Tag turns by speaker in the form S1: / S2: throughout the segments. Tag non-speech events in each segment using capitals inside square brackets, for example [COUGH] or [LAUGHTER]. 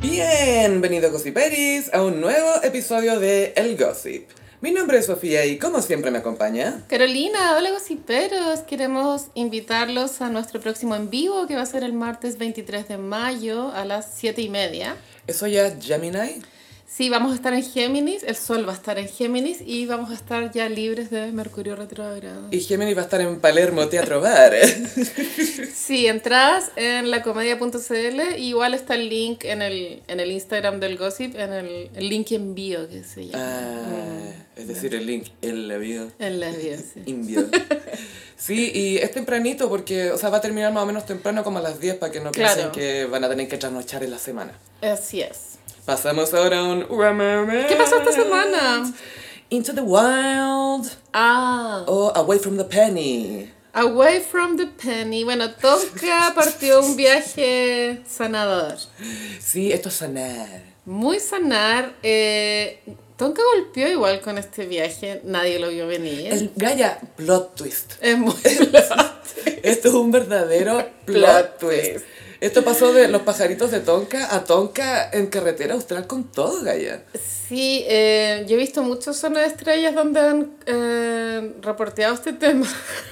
S1: Bienvenido Gossiperis a un nuevo episodio de El Gossip. Mi nombre es Sofía y como siempre me acompaña.
S2: Carolina, hola gossiperos. Queremos invitarlos a nuestro próximo en vivo que va a ser el martes 23 de mayo a las 7 y media.
S1: ¿Eso ya es Gemini?
S2: Sí, vamos a estar en Géminis, el sol va a estar en Géminis y vamos a estar ya libres de Mercurio retrogrado.
S1: Y Gemini va a estar en Palermo Teatro
S2: [LAUGHS]
S1: Bar.
S2: Sí, entradas en lacomedia.cl, igual está el link en el, en el Instagram del Gossip, en el, el link en bio que se llama.
S1: Ah, es decir, el link en la vida.
S2: En la bio, sí.
S1: Indio. Sí, y es tempranito porque, o sea, va a terminar más o menos temprano como a las 10 para que no piensen
S2: Claro.
S1: que van a tener que trasnochar en la semana.
S2: Así es.
S1: Pasamos ahora a un... ¿Qué
S2: ¿Qué pasó esta semana?
S1: Into the Wild
S2: Ah,
S1: o Away from the Penny.
S2: Away from the Penny. Bueno,
S1: [LAUGHS]
S2: Tosca partió un viaje sanador.
S1: Sí, esto es sanar.
S2: Muy sanar. Eh, Tonka golpeó igual con este viaje. Nadie lo vio venir.
S1: El Gaia, plot twist.
S2: Es
S1: [LAUGHS]
S2: muy...
S1: Esto es un verdadero plot
S2: [LAUGHS] Plot
S1: twist. Esto pasó de los pajaritos de Tonka a Tonka en carretera austral con todo, Gaia.
S2: Sí, eh, yo he visto muchos zonas de estrellas donde han eh, reporteado este tema.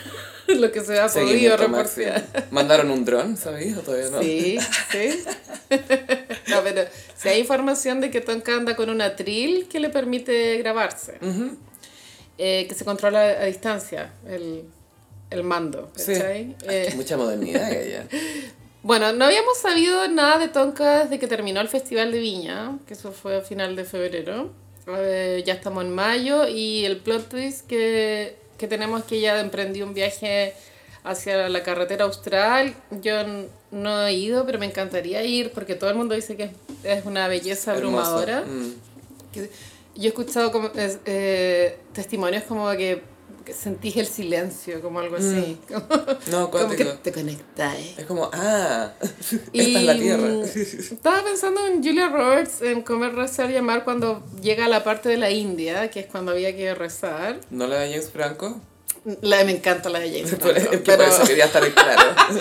S2: [LAUGHS] lo que se ha podido
S1: Seguimiento
S2: reportear.
S1: máximo. [LAUGHS] Mandaron un dron, ¿sabéis? ¿O todavía no?
S2: Sí, sí. [LAUGHS] no, pero si hay información de que Tonka anda con un atril que le permite grabarse,
S1: Ujú.
S2: eh, que se controla a distancia el, el mando,
S1: Sí. Ah,
S2: ¿cachai?
S1: Ay,
S2: Eh,
S1: qué Mucha modernidad,
S2: [LAUGHS]
S1: Gaia.
S2: Bueno, no habíamos sabido nada de Tonka desde que terminó el Festival de Viña, que eso fue a final de febrero. Eh, ya estamos en mayo y el plot twist que, que tenemos es que ella emprendió un viaje hacia la carretera austral. Yo n- no he ido, pero me encantaría ir porque todo el mundo dice que es- es una belleza abrumadora.
S1: Hermoso. Mm.
S2: Que- Yo he escuchado como, es- eh, testimonios como que, que sentís el silencio, como algo así.
S1: Mm.
S2: Como,
S1: No,
S2: [LAUGHS] como que
S1: cuántico.
S2: te conectáis.
S1: Es como, ah, [LAUGHS]
S2: Y,
S1: esta es la tierra.
S2: mm, Estaba pensando en Julia Roberts, en comer, rezar y amar cuando llega a la parte de la India, que es cuando había que rezar.
S1: [LAUGHS] ¿No la de James Franco?
S2: La de- me encanta la de
S1: [LAUGHS]
S2: James.
S1: Por- es que
S2: Franco, pero,
S1: por eso quería estar en claro.
S2: [LAUGHS]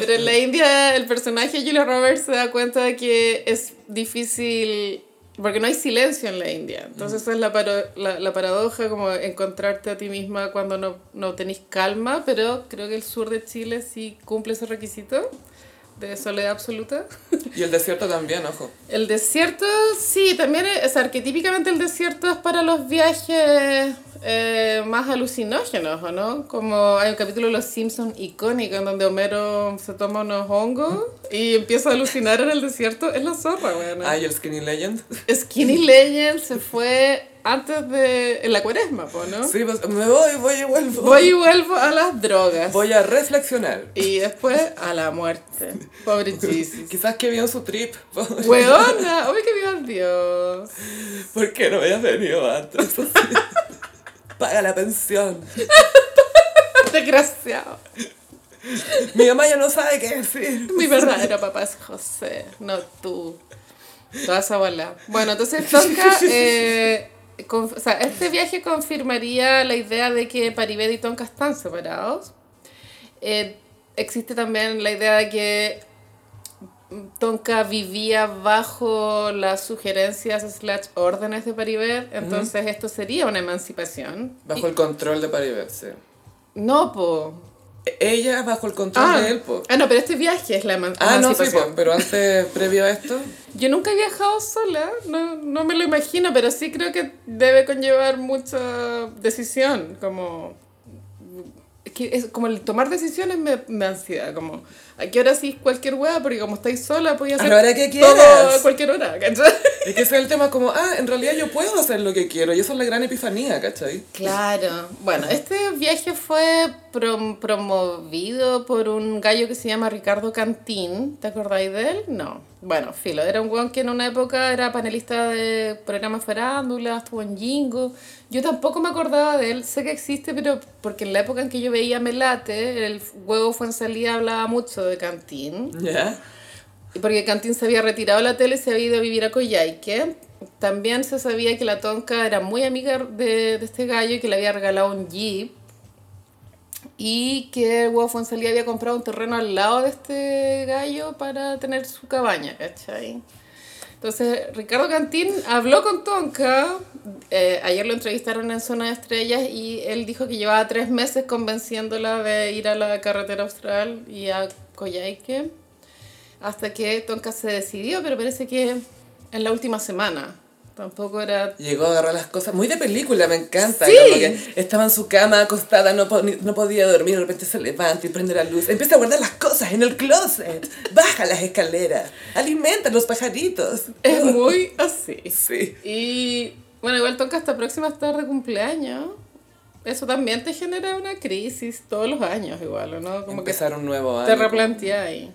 S2: pero en la India el personaje de Julia Roberts se da cuenta de que es difícil, porque no hay silencio en la India. Entonces esa es la, paro- la, la paradoja, como encontrarte a ti misma cuando no, no tenés calma, pero creo que el sur de Chile sí cumple ese requisito de soledad absoluta.
S1: Y el desierto también, ojo.
S2: El desierto, sí, también es, o sea, arquetípicamente el desierto es para los viajes eh, más alucinógenos, ¿o no? Como hay un capítulo de Los Simpsons icónico en donde Homero se toma unos hongos y empieza a alucinar en el desierto, es la zorra, weón.
S1: Ah, y el Skinny Legend.
S2: Skinny Legend se fue antes de... en la cuaresma, po, ¿no?
S1: Sí, pues, me voy, voy y vuelvo.
S2: Voy y vuelvo a las drogas.
S1: Voy a reflexionar.
S2: Y después a la muerte.
S1: [LAUGHS]
S2: Pobre Jesus.
S1: Quizás que vio su trip. ¿Por [LAUGHS]
S2: Weona, obvio que viva Dios. [LAUGHS]
S1: qué no habías venido antes? [LAUGHS] Paga la pensión.
S2: Desgraciado.
S1: Mi mamá ya no sabe qué decir.
S2: [LAUGHS] Mi verdadero papá es José, no tú. Toda esa bola. Bueno, entonces
S1: [LAUGHS]
S2: Tonka, eh, con- o sea, este viaje confirmaría la idea de que Paribet y Tonka están separados. Eh, existe también la idea de que Tonka vivía bajo las sugerencias slash órdenes de Paribet, entonces esto sería una emancipación.
S1: Bajo el control de Paribet, sí.
S2: No, po.
S1: Ella bajo el control
S2: Ah, pues
S1: de él, po.
S2: ah, no, pero este viaje es la eman-
S1: Ah, no, sí,
S2: emancipación.
S1: po. Pero antes, previo a
S2: [LAUGHS]
S1: esto,
S2: Yo nunca he viajado sola, no, no me lo imagino, pero sí creo que debe conllevar mucha decisión, como... es que es como el tomar decisiones me, me da ansiedad, como a qué hora sí cualquier hueá, porque como estáis sola podía
S1: A
S2: hacer
S1: la hora que
S2: todo
S1: quieras.
S2: a cualquier hora, ¿cachai?
S1: es que ese es el tema como, ah, en realidad yo puedo hacer lo que quiero. Y eso es la gran epifanía, ¿cachai?
S2: Claro. Bueno, este viaje fue prom- promovido por un gallo que se llama Ricardo Cantín. ¿Te acordáis de él? No. Bueno, filo. Era un weón que en una época era panelista de programas farándula, estuvo en Jingo. Yo tampoco me acordaba de él. Sé que existe, pero porque en la época en que yo veía Melate, el huevo fue en salida, hablaba mucho de Cantín.
S1: ¿Ya?
S2: Y porque Cantín se había retirado de la tele y se había ido a vivir a Coyhaique. También se sabía que la Tonka era muy amiga de, de este gallo y que le había regalado un jeep. Y que el huevo Fonsalía había comprado un terreno al lado de este gallo para tener su cabaña, ¿cachai? Entonces, Ricardo Cantín habló con Tonka, eh, ayer lo entrevistaron en Zona de Estrellas y él dijo que llevaba tres meses convenciéndola de ir a la carretera austral y a Coyhaique, hasta que Tonka se decidió, pero parece que en la última semana.
S1: [LAUGHS]
S2: Tampoco era
S1: Llegó a agarrar las cosas muy de película, me encanta.
S2: Sí.
S1: Como que estaba en su cama acostada, no, po- ni- no podía dormir, de repente se levanta y prende la luz. Empieza a guardar las cosas en el closet. Baja las escaleras. Alimenta a los pajaritos.
S2: Es muy así.
S1: Sí.
S2: Y bueno, igual Tonka hasta próxima estar de cumpleaños. Eso también te genera una crisis todos los años igual, ¿o ¿no? Como
S1: Empezar un nuevo
S2: que
S1: año.
S2: te replanteas ahí.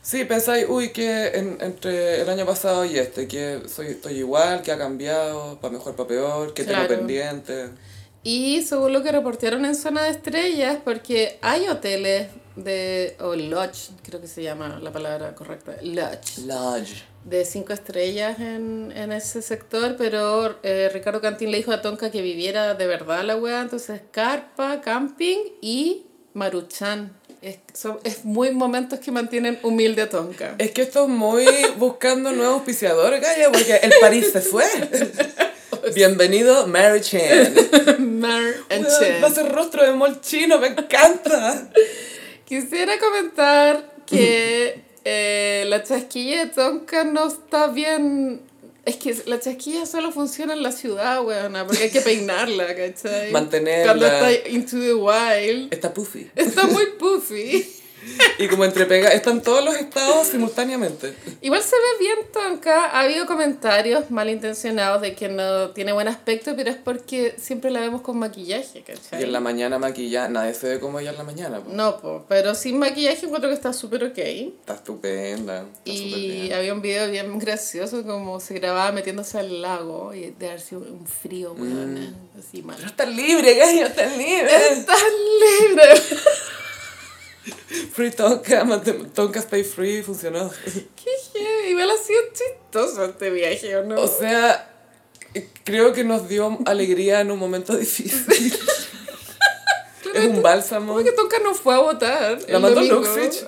S1: Sí, pensáis, uy, que en- entre el año pasado y este, que soy, estoy igual, que ha cambiado, para mejor, para peor, que
S2: Claro.
S1: tengo pendiente.
S2: Y según lo que reportearon en Zona de Estrellas, porque hay hoteles de, o lodge, creo que se llama la palabra correcta, lodge,
S1: Lodge.
S2: de cinco estrellas en, en ese sector, pero eh, Ricardo Cantín le dijo a Tonka que viviera de verdad la weá, entonces carpa, camping y maruchan. Es, son- es muy momentos que mantienen humilde
S1: [LAUGHS]
S2: a Tonka.
S1: Es que esto es muy buscando nuevos auspiciador, Gaya, porque el París se fue. Bienvenido, Mary Chan.
S2: Mer and
S1: Weón, Va a
S2: Chen.
S1: ser rostro de mol chino, me encanta.
S2: Quisiera comentar que
S1: [LAUGHS]
S2: eh, la chasquilla de Tonka no está bien... Es que la chasquilla solo funciona en la ciudad, weona, porque
S1: [LAUGHS]
S2: hay que peinarla, ¿cachai?
S1: Mantenerla.
S2: Cuando está into the wild.
S1: Está puffy.
S2: Está muy puffy.
S1: Y como entrepega, están todos los estados simultáneamente.
S2: Igual se ve bien tonca. Ha habido comentarios malintencionados de que no tiene buen aspecto, pero es porque siempre la vemos con maquillaje, ¿cachai?
S1: Y en la mañana maquillada, nadie se ve como ella en la mañana. po.
S2: No, po, pero sin maquillaje encuentro que está súper ok.
S1: Está estupenda. Está súper
S2: Y
S1: bien.
S2: había un video bien gracioso como se grababa metiéndose al lago y de darse un un frío,
S1: Mm.
S2: weona, así mal.
S1: Pero está libre, gallo, está
S2: [LAUGHS]
S1: libre.
S2: ¡Estás libre! [LAUGHS]
S1: Free Tonka, mate- Tonka Stay Free, funcionó.
S2: ¡Qué heavy! Igual ha sido chistoso este viaje, ¿o no?
S1: O sea, creo que nos dio alegría en un momento
S2: [LAUGHS]
S1: difícil. es un bálsamo.
S2: Como que Tonka no fue a votar.
S1: La
S2: el
S1: mandó
S2: domingo. [LAUGHS]
S1: Luxich.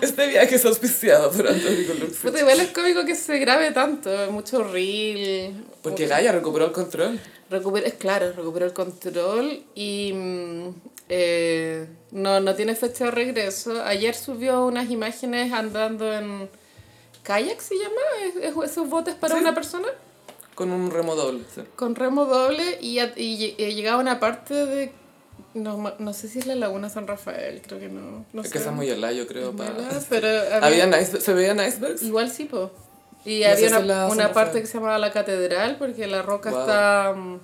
S1: este viaje es auspiciado por Antonio Luxich.
S2: Puta, igual es cómico que se grabe tanto, mucho reel.
S1: Porque Gaia recuperó el control.
S2: Recupera, es claro, recuperó el control y mm, eh, no, no tiene fecha de regreso. Ayer subió unas imágenes andando en kayak, ¿se llama? ¿Es- es- ¿Esos botes para
S1: Sí.
S2: una persona?
S1: Con un remodol. sí.
S2: Con remo doble y, a- y, lle- eh, llegaba a una parte de... No, ma- no sé si es la laguna San Rafael, creo que no. no
S1: Es
S2: sé.
S1: que esa es muy helada, yo creo. pa-
S2: Mala, pero había-
S1: ¿Habían ice- ¿Se veían icebergs?
S2: Igual sí, po. Y
S1: No sé
S2: había
S1: si la
S2: una,
S1: San
S2: una
S1: Rafael.
S2: parte que se llamaba la catedral porque la roca
S1: Guau.
S2: está mm,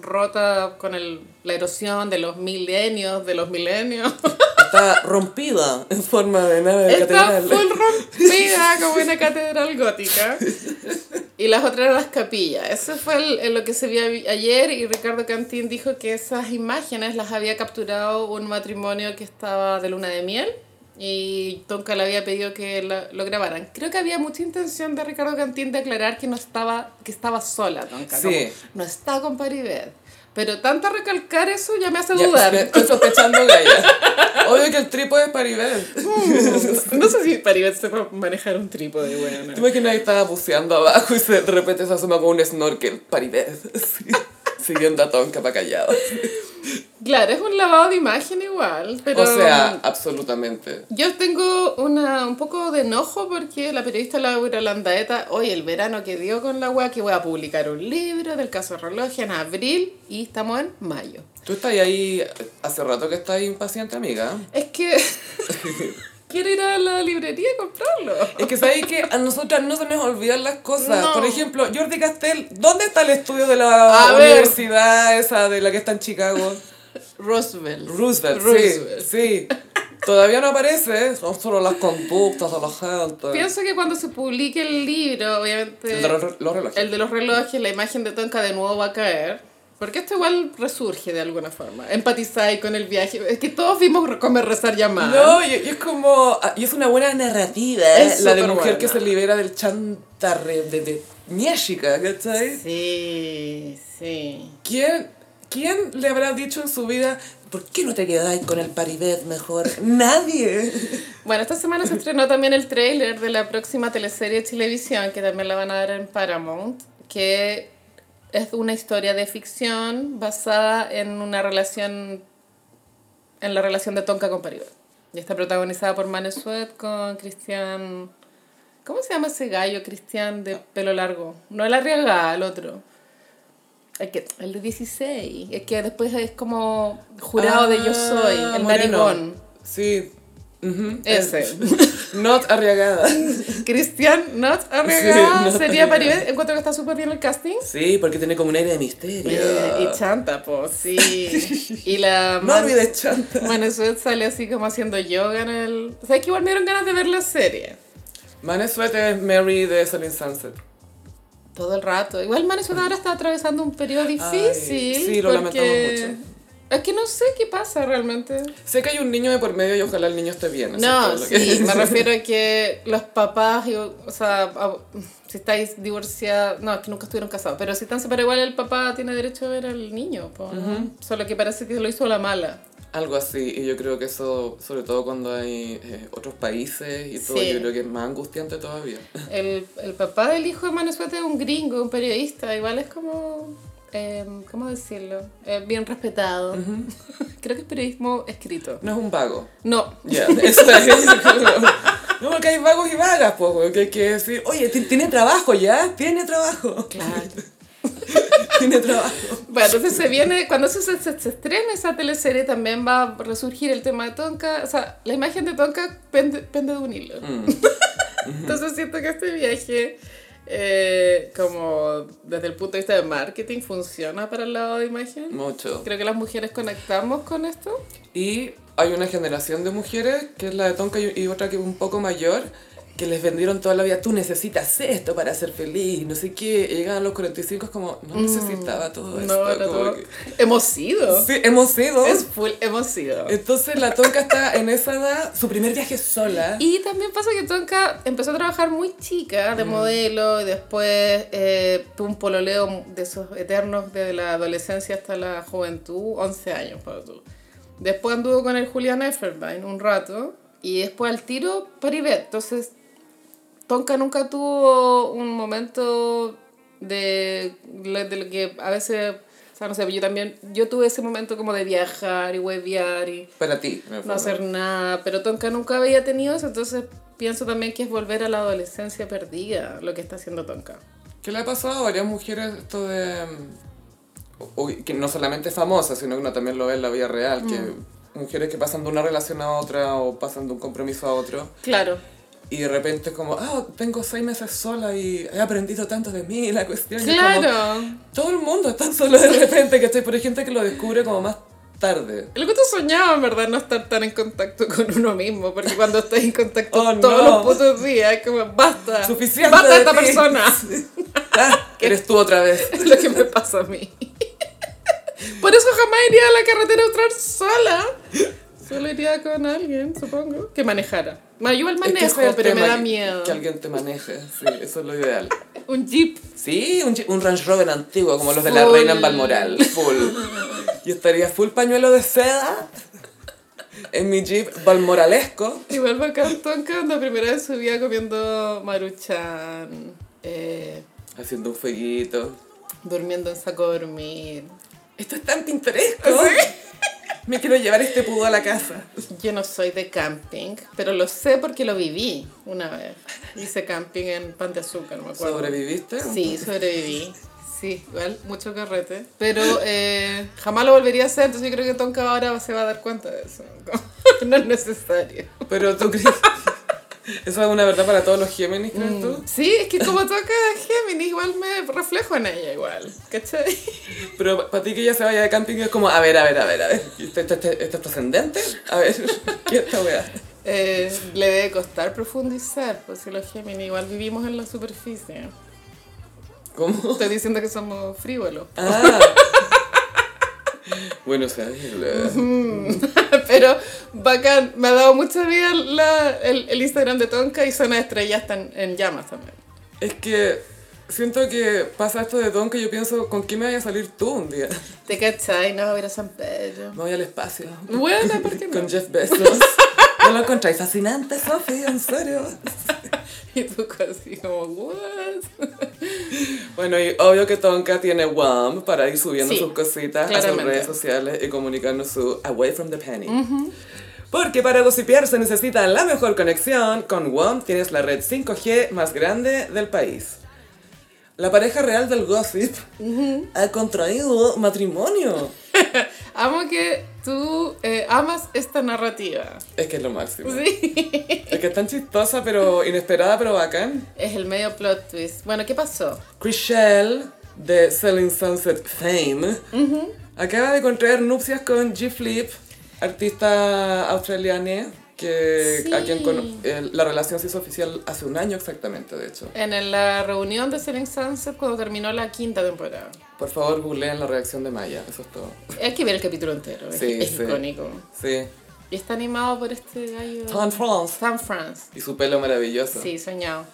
S2: rota con el, la erosión de los milenios, de los milenios. [LAUGHS]
S1: Está rompida en forma de nave de
S2: está
S1: catedral. [LAUGHS]
S2: full rompida como una catedral gótica. Y las otras eran las capillas. Eso fue el- el lo que se vio a- ayer y Ricardo Cantín dijo que esas imágenes las había capturado un matrimonio que estaba de luna de miel y Tonka le había pedido que la- lo grabaran. Creo que había mucha intención de Ricardo Cantín de aclarar que no estaba, que estaba sola Tonka.
S1: Sí.
S2: como, no está con Paribet. Pero tanto recalcar eso ya me hace
S1: Ya, [LAUGHS]
S2: dudar.
S1: me- Estoy sospechando Gaia. Obvio que el trípode es Paribel.
S2: no sé si Paribet sepa manejar un trípode, bueno.
S1: ¿Te imaginas que estaba buceando abajo y se- de repente se asoma con un snorkel? Paribel. [LAUGHS] Sí. Siguiendo a Tonka para callado.
S2: Claro, es un lavado de imagen igual, pero... um,
S1: O sea, absolutamente.
S2: Yo tengo una, un poco de enojo porque la periodista Laura Landaeta, hoy el verano que dio con la wea, que voy a publicar un libro del caso reloj en abril y estamos en mayo.
S1: Tú estás ahí, hace rato que estás impaciente, amiga. [LAUGHS]
S2: Es que quiero ir a la librería a comprarlo.
S1: Es que sabéis que a nosotras no se nos olvidan las cosas.
S2: No.
S1: Por ejemplo, Jordi Castell, ¿dónde está el estudio de la
S2: A ver.
S1: universidad esa de la que está en Chicago?
S2: Roosevelt.
S1: Roosevelt,
S2: Roosevelt.
S1: sí. Sí. Todavía no aparece, son solo las conductas de la gente.
S2: Pienso que cuando se publique el libro, obviamente...
S1: El de los, los relojes.
S2: El de los relojes, la imagen de Tonka de nuevo va a caer. Porque esto igual resurge de alguna forma. Empatizáis con el viaje. Es que todos vimos comer, rezar, llamar.
S1: No, y, y es como. ah, Y es una buena narrativa, ¿eh?
S2: Es
S1: la de mujer
S2: superbuena.
S1: que se libera del chantarre de, de Mieshika, ¿cachai?
S2: Sí, sí.
S1: ¿Quién, ¿Quién le habrá dicho en su vida, ¿por qué no te quedáis con el paribet mejor? Nadie.
S2: Bueno, esta semana se estrenó también el tráiler de la próxima teleserie de Televisión, que también la van a dar en Paramount, que es una historia de ficción basada en una relación, en la relación de Tonka con Paribas. Y está protagonizada por Manu Suet con Cristian... ¿Cómo se llama ese gallo, Cristian, de pelo largo? No el Arriaga, el otro. El, que, el de 16. El que después es como [LAUGHS] jurado de Yo Soy,
S1: Ah,
S2: el
S1: Moreno.
S2: narigón.
S1: Sí. Ujú.
S2: Ese.
S1: [LAUGHS] Not arriagada.
S2: Cristian Not Arriaga
S1: Sí, Not
S2: sería
S1: Arriaga.
S2: Paribet. Encuentro que está súper bien el casting.
S1: Sí, porque tiene como un aire de misterio.
S2: Eh, y chanta, pues,
S1: [LAUGHS]
S2: sí. Y la
S1: no olvides chanta.
S2: Manesuet sale así como haciendo yoga en el... O sea, que igual me dieron ganas de ver la serie.
S1: Manesuet es Mary de Selling Sunset.
S2: Todo el rato. Igual Manesuet ahora está atravesando un periodo difícil.
S1: Ay, sí, lo lamentamos mucho.
S2: Es que no sé qué pasa realmente.
S1: Sé que hay un niño de por medio y ojalá el niño esté bien. eso es
S2: No,
S1: todo lo que- [LAUGHS]
S2: sí, me refiero a que los papás, y- o sea, a- si estáis divorciados, no, es que nunca estuvieron casados, pero si están separados, igual el papá tiene derecho a ver al niño, po, ¿no? solo que parece que lo hizo a la mala.
S1: Algo así, y yo creo que eso, sobre todo cuando hay eh, otros países y todo,
S2: Sí.
S1: yo creo que es más angustiante todavía.
S2: El, el papá del hijo de Manesuete es un gringo, un periodista, igual es como, em, ¿cómo decirlo? Eh, bien respetado. [LAUGHS] Creo que es periodismo escrito.
S1: No es un
S2: [LAUGHS]
S1: vago.
S2: No,
S1: Ya, eso es. No, porque hay vagos y vagas, pues, que hay que decir, oye, ti- tiene trabajo ya, tiene trabajo, [LAUGHS]
S2: claro.
S1: tiene
S2: [LAUGHS]
S1: trabajo.
S2: Bueno, entonces se viene, cuando se, se, se- se estrene esa teleserie también va a resurgir el tema de Tonka. O sea, la imagen de Tonka pende, pende de un hilo.
S1: Mm.
S2: [LAUGHS] Entonces siento que este viaje, eh, como desde el punto de vista de marketing, funciona para el lado de imagen.
S1: Mucho.
S2: Creo que las mujeres conectamos con esto.
S1: Y hay una generación de mujeres, que es la de Tonka y y otra que es un poco mayor, que les vendieron toda la vida, tú necesitas esto para ser feliz, no sé qué. Y llegan a los 45 es como, no necesitaba todo esto.
S2: Mm. No, era
S1: como
S2: todo.
S1: que-
S2: Hemos sido.
S1: Sí, hemos sido.
S2: Es full, hemos sido.
S1: Entonces la Tonka está en esa edad, su primer viaje sola.
S2: Y también pasa que Tonka empezó a trabajar muy chica de modelo y después eh, tuvo un pololeo de esos eternos desde la adolescencia hasta la juventud, 11 años para tú. Después anduvo con el Julian Efferbein un rato y después al tiro Paribet. Entonces Tonka nunca tuvo un momento de, lo- de lo que a veces, o sea, no sé, yo también, yo tuve ese momento como de viajar y hueviar y
S1: Para ti. en el
S2: no
S1: fondo.
S2: hacer nada, pero Tonka nunca había tenido eso, entonces pienso también que es volver a la adolescencia perdida lo que está haciendo Tonka.
S1: ¿Qué le ha pasado a varias mujeres esto de... mm, o- o que no solamente famosas, sino que uno también lo ve en la vida real,
S2: Mm.
S1: que mujeres que pasan de una relación a otra o pasan de un compromiso a otro
S2: Claro.
S1: y de repente es como, ah, tengo seis meses sola y he aprendido tanto de mí, la cuestión y es como,
S2: Claro.
S1: todo el mundo está solo de repente, ¿cachai? Pero hay gente que lo descubre como más tarde.
S2: Lo que tú soñabas, en verdad, no estar tan en contacto con uno mismo, porque cuando estás en contacto
S1: Oh,
S2: todos
S1: no.
S2: los putos días, es como, basta,
S1: Suficiente
S2: basta
S1: de
S2: esta
S1: ti.
S2: persona,
S1: [LAUGHS] Ah, eres tú otra vez.
S2: [LAUGHS] es lo que me pasa a mí. Por eso jamás iría a la carretera austral sola, solo iría con alguien, supongo, que manejara. No, yo igual
S1: Es que
S2: manejo,
S1: ese es el
S2: pero me
S1: tema,
S2: da
S1: que-
S2: miedo.
S1: Que alguien te maneje, sí, eso es lo ideal.
S2: Un jeep.
S1: Sí, un, chi- un Range Rover antiguo, como los de la
S2: Full.
S1: reina en Balmoral. Full. Y estaría full pañuelo de seda en mi jeep balmoralesco.
S2: Igual bacán Tonka, la primera vez subía comiendo maruchan, eh,
S1: Haciendo un fueguito.
S2: durmiendo en saco de dormir.
S1: Esto es tan pintoresco. Me quiero llevar este pudo a la casa.
S2: Yo no soy de camping, pero lo sé porque lo viví una vez. Hice camping en Pan de Azúcar, no me acuerdo.
S1: ¿Sobreviviste?
S2: Sí, sobreviví. Sí, igual, mucho carrete. Pero eh, jamás lo volvería a hacer, entonces yo creo que Tonka ahora se va a dar cuenta de eso. [LAUGHS] No es necesario.
S1: Pero tú crees. Eso es una verdad para todos los Géminis, ¿crees
S2: Mm.
S1: tú?
S2: Sí, es que como toca Géminis, igual me reflejo en ella, igual. ¿Cachai?
S1: Pero para ti que ella se vaya de camping es como, a ver, a ver, a ver, a ver. ¿Esto, esto- esto- esto es trascendente? A ver, ¿qué es esta weá?
S2: Eh, le debe costar profundizar, pues si los Géminis igual vivimos en la superficie.
S1: ¿Cómo?
S2: Estoy diciendo que somos frívolos. [LAUGHS]
S1: Ah. bueno, o sea, el- eh,
S2: Pero bacán, me ha dado mucha vida la- el, el Instagram de Tonka y Zona de Estrellas están en llamas también.
S1: es que siento que pasa esto de Don que yo pienso, ¿con quién me vaya a salir tú un día?
S2: ¿Te cachai? No, voy a ir a San Pedro.
S1: Me voy al espacio.
S2: [LAUGHS] Bueno, ¿por qué no?
S1: Con Jeff Bezos. [LAUGHS] ¿No lo encontráis fascinante, Sofía? ¿En serio?
S2: Y tú casi como, ¿what? [LAUGHS]
S1: Bueno, y obvio que Tonka tiene WAM para ir subiendo
S2: Sí,
S1: sus cositas a sus
S2: claramente.
S1: redes sociales y comunicarnos su Away from the Penny. Porque para gossipear se necesita la mejor conexión. Con WAM tienes la red 5G más grande del país. La pareja real del gossip ha contraído matrimonio.
S2: Amo que tú eh, amas esta narrativa. [LAUGHS]
S1: Es que es lo máximo.
S2: Sí.
S1: Es que es tan chistosa, pero inesperada, pero bacán.
S2: Es el medio plot twist. Bueno, ¿qué pasó?
S1: Chris Shell, de Selling Sunset Fame, acaba de contraer nupcias con G Flip, artista australiana, que
S2: Sí.
S1: a quien cono- eh, la relación se hizo oficial hace un año exactamente, de hecho.
S2: En la reunión de Selling Sunset cuando terminó la quinta temporada.
S1: Por favor, googleen la reacción de Maya, eso es todo.
S2: Hay que ver el capítulo entero, es,
S1: Sí,
S2: es
S1: sí.
S2: icónico.
S1: Sí.
S2: Y está animado por este gallo.
S1: Tom France.
S2: Tom France.
S1: Y su pelo maravilloso.
S2: Sí, soñado.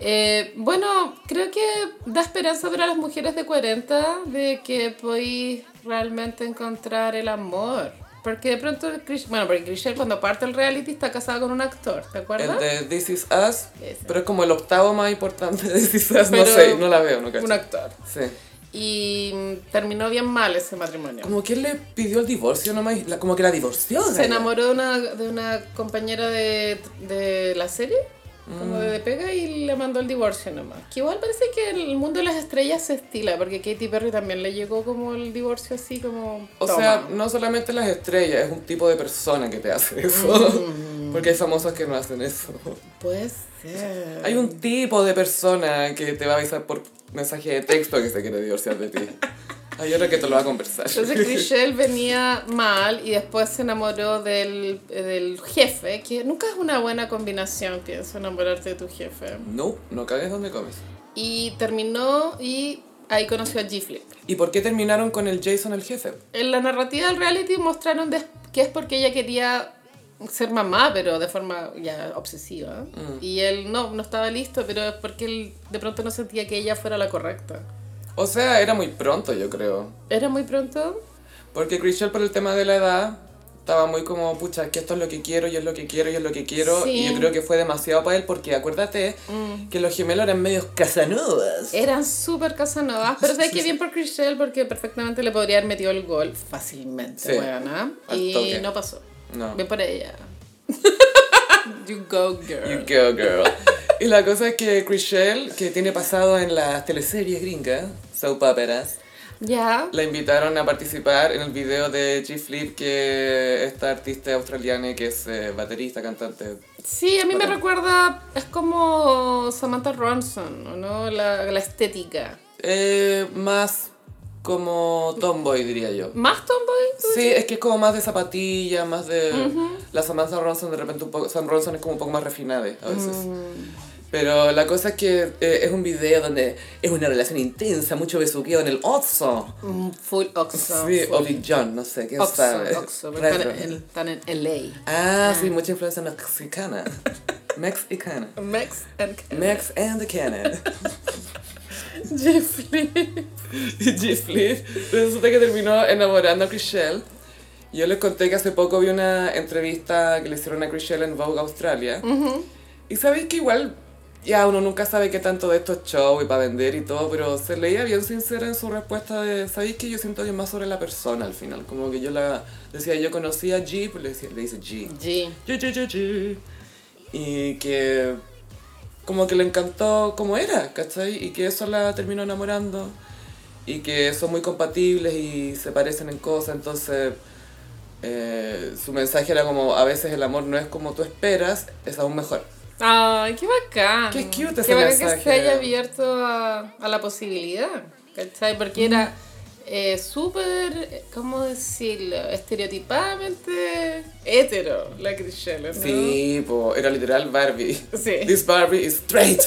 S2: Eh, bueno, creo que da esperanza para las mujeres de 40 de que podéis realmente encontrar el amor. Porque de pronto, el Chris- bueno, porque Chriselle cuando parte el reality está casada con un actor, ¿te acuerdas?
S1: El de This Is Us,
S2: Ese.
S1: pero es como el octavo más importante de This Is Us, no
S2: Pero-
S1: sé, no la veo, no cacho.
S2: Un actor.
S1: Sí.
S2: Y mm, terminó bien mal ese matrimonio.
S1: Como que él le pidió el divorcio nomás, la- como que la divorció.
S2: Se enamoró de una, de una compañera de, de la serie, como
S1: Mm.
S2: de, de pega, y le mandó el divorcio nomás. Que igual parece que el mundo de las estrellas se estila, porque Katy Perry también le llegó como el divorcio así como...
S1: O
S2: toma. Mm.
S1: sea, no solamente las estrellas, es un tipo de persona que te hace eso. [LAUGHS] Porque hay famosos que no hacen eso.
S2: puede ser.
S1: Hay un tipo de persona que te va a avisar por mensaje de texto que se quiere divorciar de ti. Hay otro que te lo va a conversar. [LAUGHS]
S2: Entonces Chriselle venía mal y después se enamoró del, eh, del jefe, que nunca es una buena combinación, pienso, enamorarte de tu jefe.
S1: No, no cagues donde comes.
S2: Y terminó y ahí conoció a Giflick.
S1: ¿Y por qué terminaron con el Jason el jefe?
S2: En la narrativa del reality mostraron des- que es porque ella quería ser mamá, pero de forma ya obsesiva.
S1: Mm.
S2: Y él no, no estaba listo, pero es porque él de pronto no sentía que ella fuera la correcta.
S1: O sea, era muy pronto, yo creo.
S2: Era muy pronto.
S1: Porque Christian por el tema de la edad estaba muy como, pucha, que esto es lo que quiero, y es lo que quiero, y es lo que quiero.
S2: Sí. Mm.
S1: Y yo creo que fue demasiado para él porque acuérdate que los gemelos eran medios casanovas.
S2: Eran súper casanovas, pero sé que bien por Chriselle porque perfectamente le podría haber metido el gol fácilmente,
S1: Sí,
S2: weona.
S1: al
S2: Y
S1: toque.
S2: no pasó.
S1: No.
S2: Bien
S1: [LAUGHS]
S2: por ella. you go,
S1: You
S2: girl.
S1: go, girl. y la cosa es que Chriselle, que tiene pasado en las teleseries gringas, soap operas,
S2: Ya.
S1: la invitaron a participar en el video de G Flip, que esta artista australiana que es eh, baterista, cantante.
S2: Sí, a mí me
S1: Bueno.
S2: recuerda, es como Samantha Ronson, ¿o ¿no? La, la estética.
S1: Eh, más como tomboy, diría yo.
S2: ¿Más tomboy? tú?
S1: Sí, es que es como más de zapatilla, más de... La Samantha Ronson de repente un poco... Sam Ronson es como un poco más refinada a veces.
S2: Mm.
S1: Pero la cosa es que eh, es un video donde es una relación intensa, mucho besuqueo en el oso.
S2: Mm, Full Oxxo.
S1: Sí,
S2: full
S1: o Big John, no sé, quién sabe.
S2: Oxxo, Oxxo, porque
S1: Claro.
S2: están en, están en LA.
S1: Ah, sí, mucha influencia
S2: [LAUGHS]
S1: mexicana. Mexicana.
S2: Mex and
S1: Mex and the Cannon.
S2: Jeffrey.
S1: [LAUGHS] Y G-Flip resulta que terminó enamorando a Chriselle. Yo les conté que hace poco vi una entrevista que le hicieron a Chriselle en Vogue Australia. Y sabéis que igual, ya uno nunca sabe qué tanto de esto es show y para vender y todo, pero se leía bien sincera en su respuesta de, sabéis que yo siento que es más sobre la persona al final. Como que yo la decía, yo conocía a G, pues le, decía, le dice G.
S2: G.
S1: G, G, G, G. Y que como que le encantó como era, ¿cachai? Y que eso la terminó enamorando. Y que son muy compatibles y se parecen en cosas. Entonces, eh, su mensaje era como, a veces el amor no es como tú esperas, es aún mejor.
S2: Ay, qué bacán.
S1: Qué cute ese
S2: Qué bacán
S1: mensaje.
S2: que se haya abierto a, a la posibilidad. ¿Cachai? Porque era
S1: Mm.
S2: eh, súper, ¿cómo decirlo? Estereotipadamente hetero la Chriselle, ¿no?
S1: Sí, po, era literal Barbie.
S2: Sí.
S1: This Barbie is straight.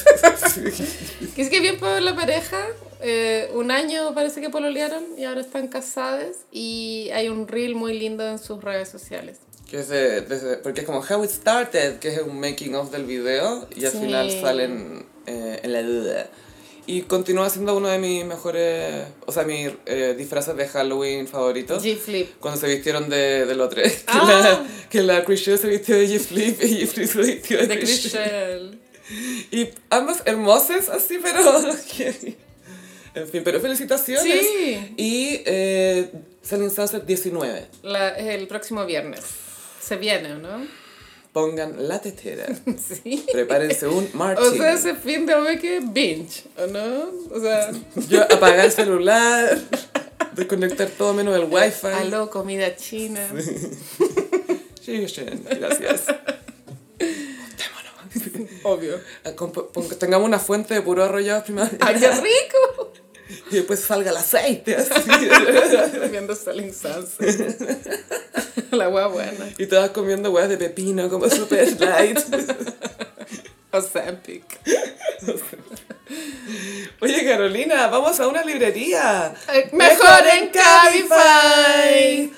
S1: [LAUGHS]
S2: Que es que bien por la pareja. eh, un año parece que pololearon y ahora están casadas. Y hay un reel muy lindo en sus redes sociales.
S1: que es de- desde- porque es como How It Started, que es un making of del video, y al
S2: Sí.
S1: final salen eh, en la duda. Y continúa siendo uno de mis mejores, o sea, mis eh, disfraces de Halloween favoritos.
S2: G-Flip.
S1: Cuando se vistieron de, de los tres. [LAUGHS] Que,
S2: Ah.
S1: la, que la Chris Shea se vistió de G-Flip y G-Flip se vistió de,
S2: De
S1: Chris Shea.
S2: Christian.
S1: Y ambas hermosas, así, pero. [LAUGHS] en fin, pero felicitaciones.
S2: Sí.
S1: Y eh, Selling Sunset 19.
S2: La- el próximo viernes. Se viene, ¿no? [LAUGHS]
S1: Pongan la tetera.
S2: Sí.
S1: Prepárense un martín.
S2: [LAUGHS] O sea, ese fin de hoy que binge, ¿o no? O sea,
S1: Yo apagar el celular, desconectar todo menos el wifi.
S2: aló, comida china.
S1: Sí, sí, gracias. Juntémonos.
S2: [LAUGHS] Obvio.
S1: Eh, comp- pong- Tengamos una fuente de puro arrollado
S2: ¡Ay, qué
S1: primavera
S2: rico!
S1: y después salga el aceite así.
S2: [LAUGHS] Viendo Selling Sunset. [LAUGHS] La hueá buena.
S1: y te vas comiendo huevas de pepino como super light.
S2: Ozempic.
S1: Oye Carolina, vamos a una librería.
S2: Eh, mejor en Cabify.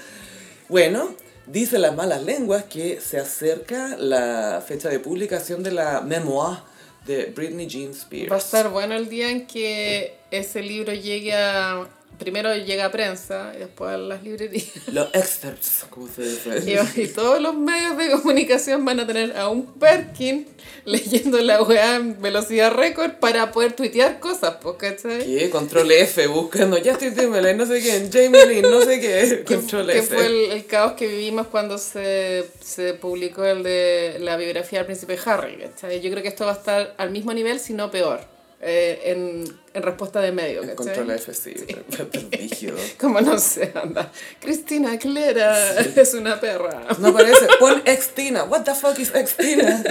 S1: Bueno, dice las malas lenguas que se acerca la fecha de publicación de la memoir de Britney Jean Spears.
S2: Va a estar bueno el día en que ese libro llegue a... Primero llega a prensa y después a las librerías. [LAUGHS]
S1: Los experts, como se dice.
S2: Y, y todos los medios de comunicación van a tener a un Perkin leyendo la weá en velocidad récord para poder tuitear cosas, pues, ¿cachai?
S1: ¿Qué? Control F, buscando Justin Timberlake, no sé quién, Jamie Lynn, no sé
S2: [LAUGHS]
S1: qué.
S2: Que,
S1: Control
S2: que
S1: F.
S2: fue el, el caos que vivimos cuando se, se publicó el de la biografía del príncipe Harry, ¿cachai? Yo creo que esto va a estar al mismo nivel, si no peor, eh, en, en respuesta de medio,
S1: En
S2: ¿cachai?
S1: Control F, sí. pero rígido.
S2: [LAUGHS] Como no sé, anda. Cristina Clara [LAUGHS] es una perra.
S1: No aparece. Pon Extina. What the fuck is
S2: [LAUGHS]
S1: Extina?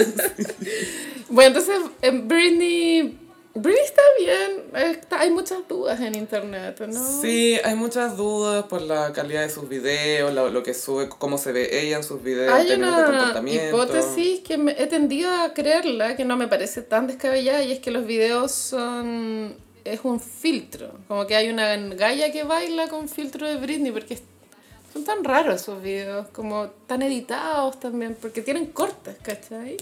S2: Bueno, entonces eh, Britney. Britney está bien. Está- hay muchas dudas en internet, ¿no?
S1: Sí, hay muchas dudas por la calidad de sus videos, la- lo, que sube, cómo se ve ella en sus videos, en
S2: Hay
S1: términos de
S2: una
S1: este comportamiento.
S2: hipótesis que me- he tendido a creerla, que no me parece tan descabellada, y es que los videos son. es un filtro. Como que hay una galla que baila con filtro de Britney, porque es- son tan raros esos videos, como tan editados también, porque tienen cortes, ¿cachai?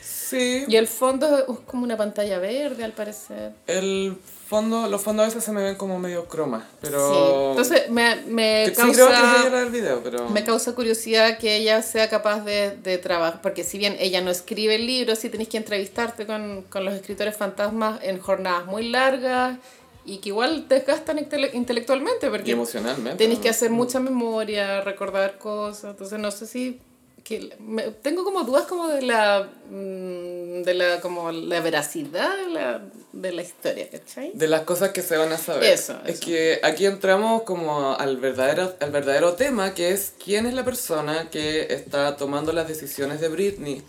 S1: Sí.
S2: Y el fondo es como una pantalla verde, al parecer.
S1: El fondo, los fondos a veces se me ven como medio croma, pero...
S2: Sí. Entonces me, me
S1: Que sí
S2: causa.
S1: creo que es ella la del video, pero...
S2: Me causa curiosidad que ella sea capaz de, de trabajar, porque si bien ella no escribe el libro, sí tenés que entrevistarte con, con los escritores fantasmas en jornadas muy largas y que igual te desgastan intele- intelectualmente,
S1: Y
S2: porque
S1: emocionalmente.
S2: tenés que
S1: ¿no? Mm.
S2: hacer mucha memoria, recordar cosas, entonces no sé si... Que me- tengo como dudas como de la mm, de la como la veracidad de la, de la historia, ¿cachai?
S1: De las cosas que se van a saber.
S2: Eso,
S1: Es
S2: eso.
S1: que aquí entramos como al verdadero, al verdadero tema, que es quién es la persona que está tomando las decisiones de Britney.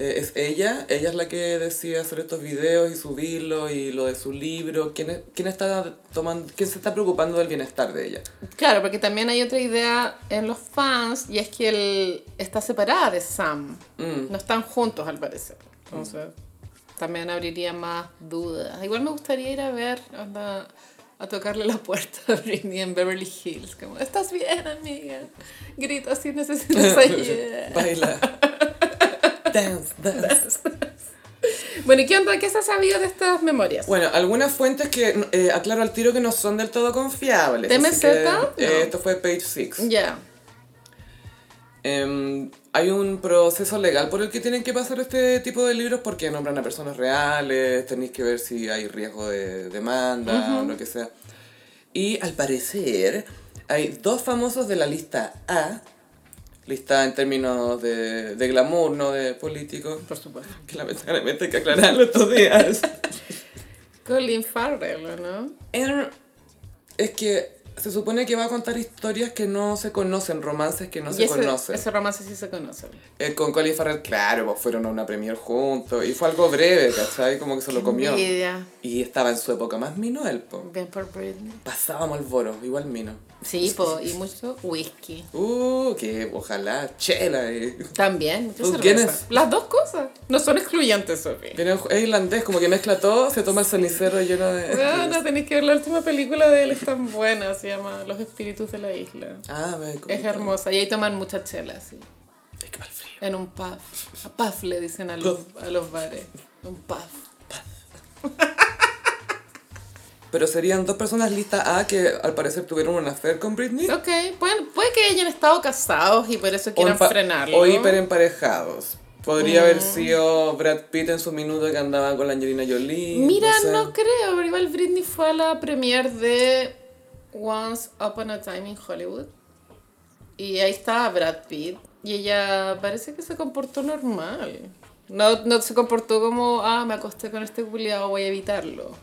S1: Eh, ¿Es ella? ¿Ella es la que decide hacer estos videos y subirlos y lo de su libro? ¿Quién, es- quién, está tomando, ¿Quién se está preocupando del bienestar de ella?
S2: Claro, porque también hay otra idea en los fans y es que él está separada de Sam.
S1: Mm.
S2: No están juntos al parecer. Entonces, también abriría más dudas. Igual me gustaría ir a ver, onda, a tocarle la puerta a Britney en Beverly Hills. Como, ¿estás bien, amiga? Grita si
S1: [LAUGHS]
S2: necesitas ayuda.
S1: Baila.
S2: [LAUGHS]
S1: Dance, dance.
S2: bueno, ¿y qué onda? ¿Qué se ha sabido de estas memorias?
S1: Bueno, algunas fuentes que eh, aclaro al tiro que no son del todo confiables. así
S2: TMZ?
S1: que, eh,
S2: No.
S1: esto fue Page 6.
S2: Ya.
S1: Em, hay un proceso legal por el que tienen que pasar este tipo de libros porque nombran a personas reales, tenéis que ver si hay riesgo de demanda o lo que sea. Y al parecer hay dos famosos de la lista A, lista en términos de, de glamour, no de político, [LAUGHS]
S2: Por supuesto.
S1: que lamentablemente hay que aclararlo estos días.
S2: Colin Farrell, ¿o ¿no?
S1: Er, es que se supone que va a contar historias que no se conocen, romances que no se
S2: ese,
S1: conocen.
S2: ese romance sí se conoce.
S1: Eh, con Colin Farrell, claro, pues fueron a una premier juntos y fue algo breve, ¿cachai? Como que se lo comió.
S2: Envidia.
S1: Y estaba en su época más mino él, po.
S2: Bien por Britney.
S1: Pasábamos el boro, igual mino.
S2: Sí, po, y mucho whisky.
S1: Uh, que ojalá, chela.
S2: [LAUGHS]
S1: eh.
S2: También, mucha
S1: Pues,
S2: cerveza.
S1: Guinness.
S2: Las dos cosas. No son excluyentes, Sophie.
S1: Tiene- Es irlandés, como que mezcla todo, se toma el cenicero lleno
S2: No,
S1: de...
S2: no tenéis que ver la última película de él, es tan buena, se llama Los espíritus de la isla.
S1: Ah, ve, como-
S2: Es hermosa, y ahí toman muchas chelas, sí.
S1: Es que mal frío.
S2: En un pub. A pub le dicen a los, a los bares. Un pub.
S1: Pero serían dos personas lista A que al parecer tuvieron una affair con Britney.
S2: Ok, pueden, puede que hayan estado casados y por eso
S1: o
S2: quieran
S1: empa-
S2: frenarlo. Mm.
S1: O hiperemparejados. Podría haber sido Brad Pitt en su minuto que andaba con la Angelina Jolie.
S2: Mira,
S1: sé.
S2: no creo, pero igual Britney fue a la premiere de Once Upon a Time in Hollywood. Y ahí estaba Brad Pitt. Y ella parece que se comportó normal. No, no se comportó como, ah, me acosté con este culiado, voy a evitarlo.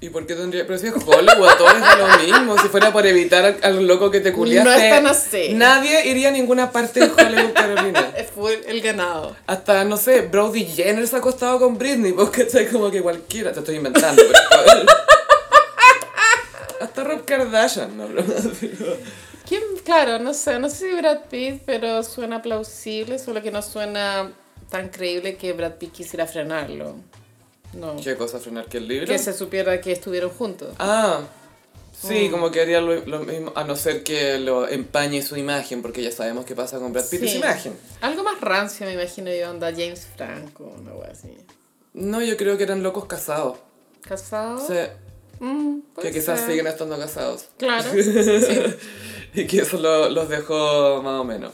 S1: ¿Y por qué tendría? Pero si es Hollywood, todo es de lo mismo. Si fuera por evitar al, al loco que te culiaste.
S2: No es tan así.
S1: Nadie iría a ninguna parte de Hollywood, Carolina.
S2: Fue el ganado.
S1: Hasta, no sé, Brody Jenner se ha acostado con Britney, vos cachai, como que cualquiera, te estoy inventando, pero joder. Hasta Rob Kardashian, no, broma, digo.
S2: ¿Quién? Claro, no sé, no sé si Brad Pitt, pero suena plausible, solo que no suena tan creíble que Brad Pitt quisiera frenarlo. No.
S1: ¿Qué cosa frenar que el libro?
S2: Que se Mm. supiera que estuvieron juntos.
S1: Ah, sí, como que haría lo, lo mismo, a no ser que lo empañe su imagen, porque ya sabemos qué pasa con Brad Pitt y su
S2: Sí.
S1: imagen.
S2: Algo más rancio, me imagino yo, onda James Franco, una wea así.
S1: No, yo creo que eran locos casados.
S2: ¿Casado?
S1: O sea,
S2: Mm, puede
S1: que quizás
S2: ser.
S1: siguen estando casados. [LAUGHS]
S2: Claro, sí.
S1: y que eso lo- los dejó más o menos.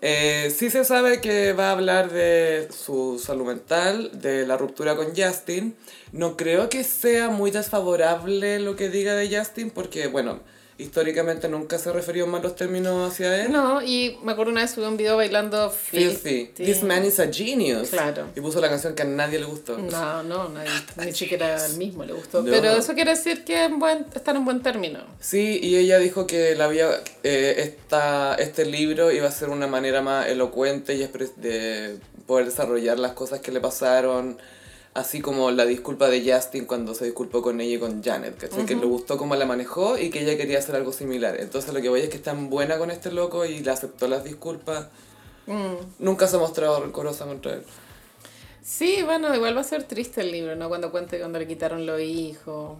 S1: Eh, sí se sabe que va a hablar de su salud mental, de la ruptura con Justin. No creo que sea muy desfavorable lo que diga de Justin porque, bueno, históricamente nunca se refirió en malos términos hacia él.
S2: No, y me acuerdo una vez subí un video bailando
S1: Filthy.
S2: Filthy.
S1: This man is a genius.
S2: Claro.
S1: Y puso la canción que a nadie le gustó.
S2: No, no, nadie,
S1: Ah,
S2: ni siquiera al mismo le gustó.
S1: No.
S2: Pero eso quiere decir que en buen, están en buen término.
S1: Sí, y ella dijo que la había, eh, esta, este libro iba a ser una manera más elocuente y expres- de poder desarrollar las cosas que le pasaron, así como la disculpa de Justin cuando se disculpó con ella y con Janet, ¿cachai? que le gustó cómo la manejó y que ella quería hacer algo similar. Entonces lo que voy es que es tan buena con este loco y le aceptó las disculpas.
S2: Mm.
S1: Nunca se ha mostrado rencorosa contra él.
S2: Sí, bueno, igual va a ser triste el libro, ¿no? Cuando cuente cuando le quitaron los hijos,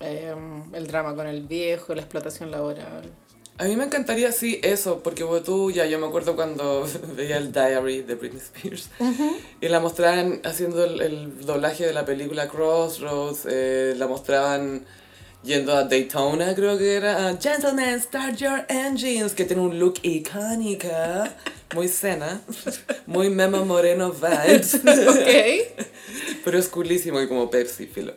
S2: em, el drama con el viejo, la
S1: [LAUGHS]
S2: explotación laboral.
S1: A mí me encantaría, sí, eso, porque bueno, tú ya, yo me acuerdo cuando [LAUGHS] veía el diary de Britney Spears y la mostraban haciendo el, el doblaje de la película Crossroads, eh, la mostraban yendo a Daytona, creo que era, a Gentlemen, start your engines, que tiene un look icónica, muy cena, [LAUGHS] muy Memo Moreno vibes. [LAUGHS]
S2: ok.
S1: Pero es coolísimo y como Pepsi, filo.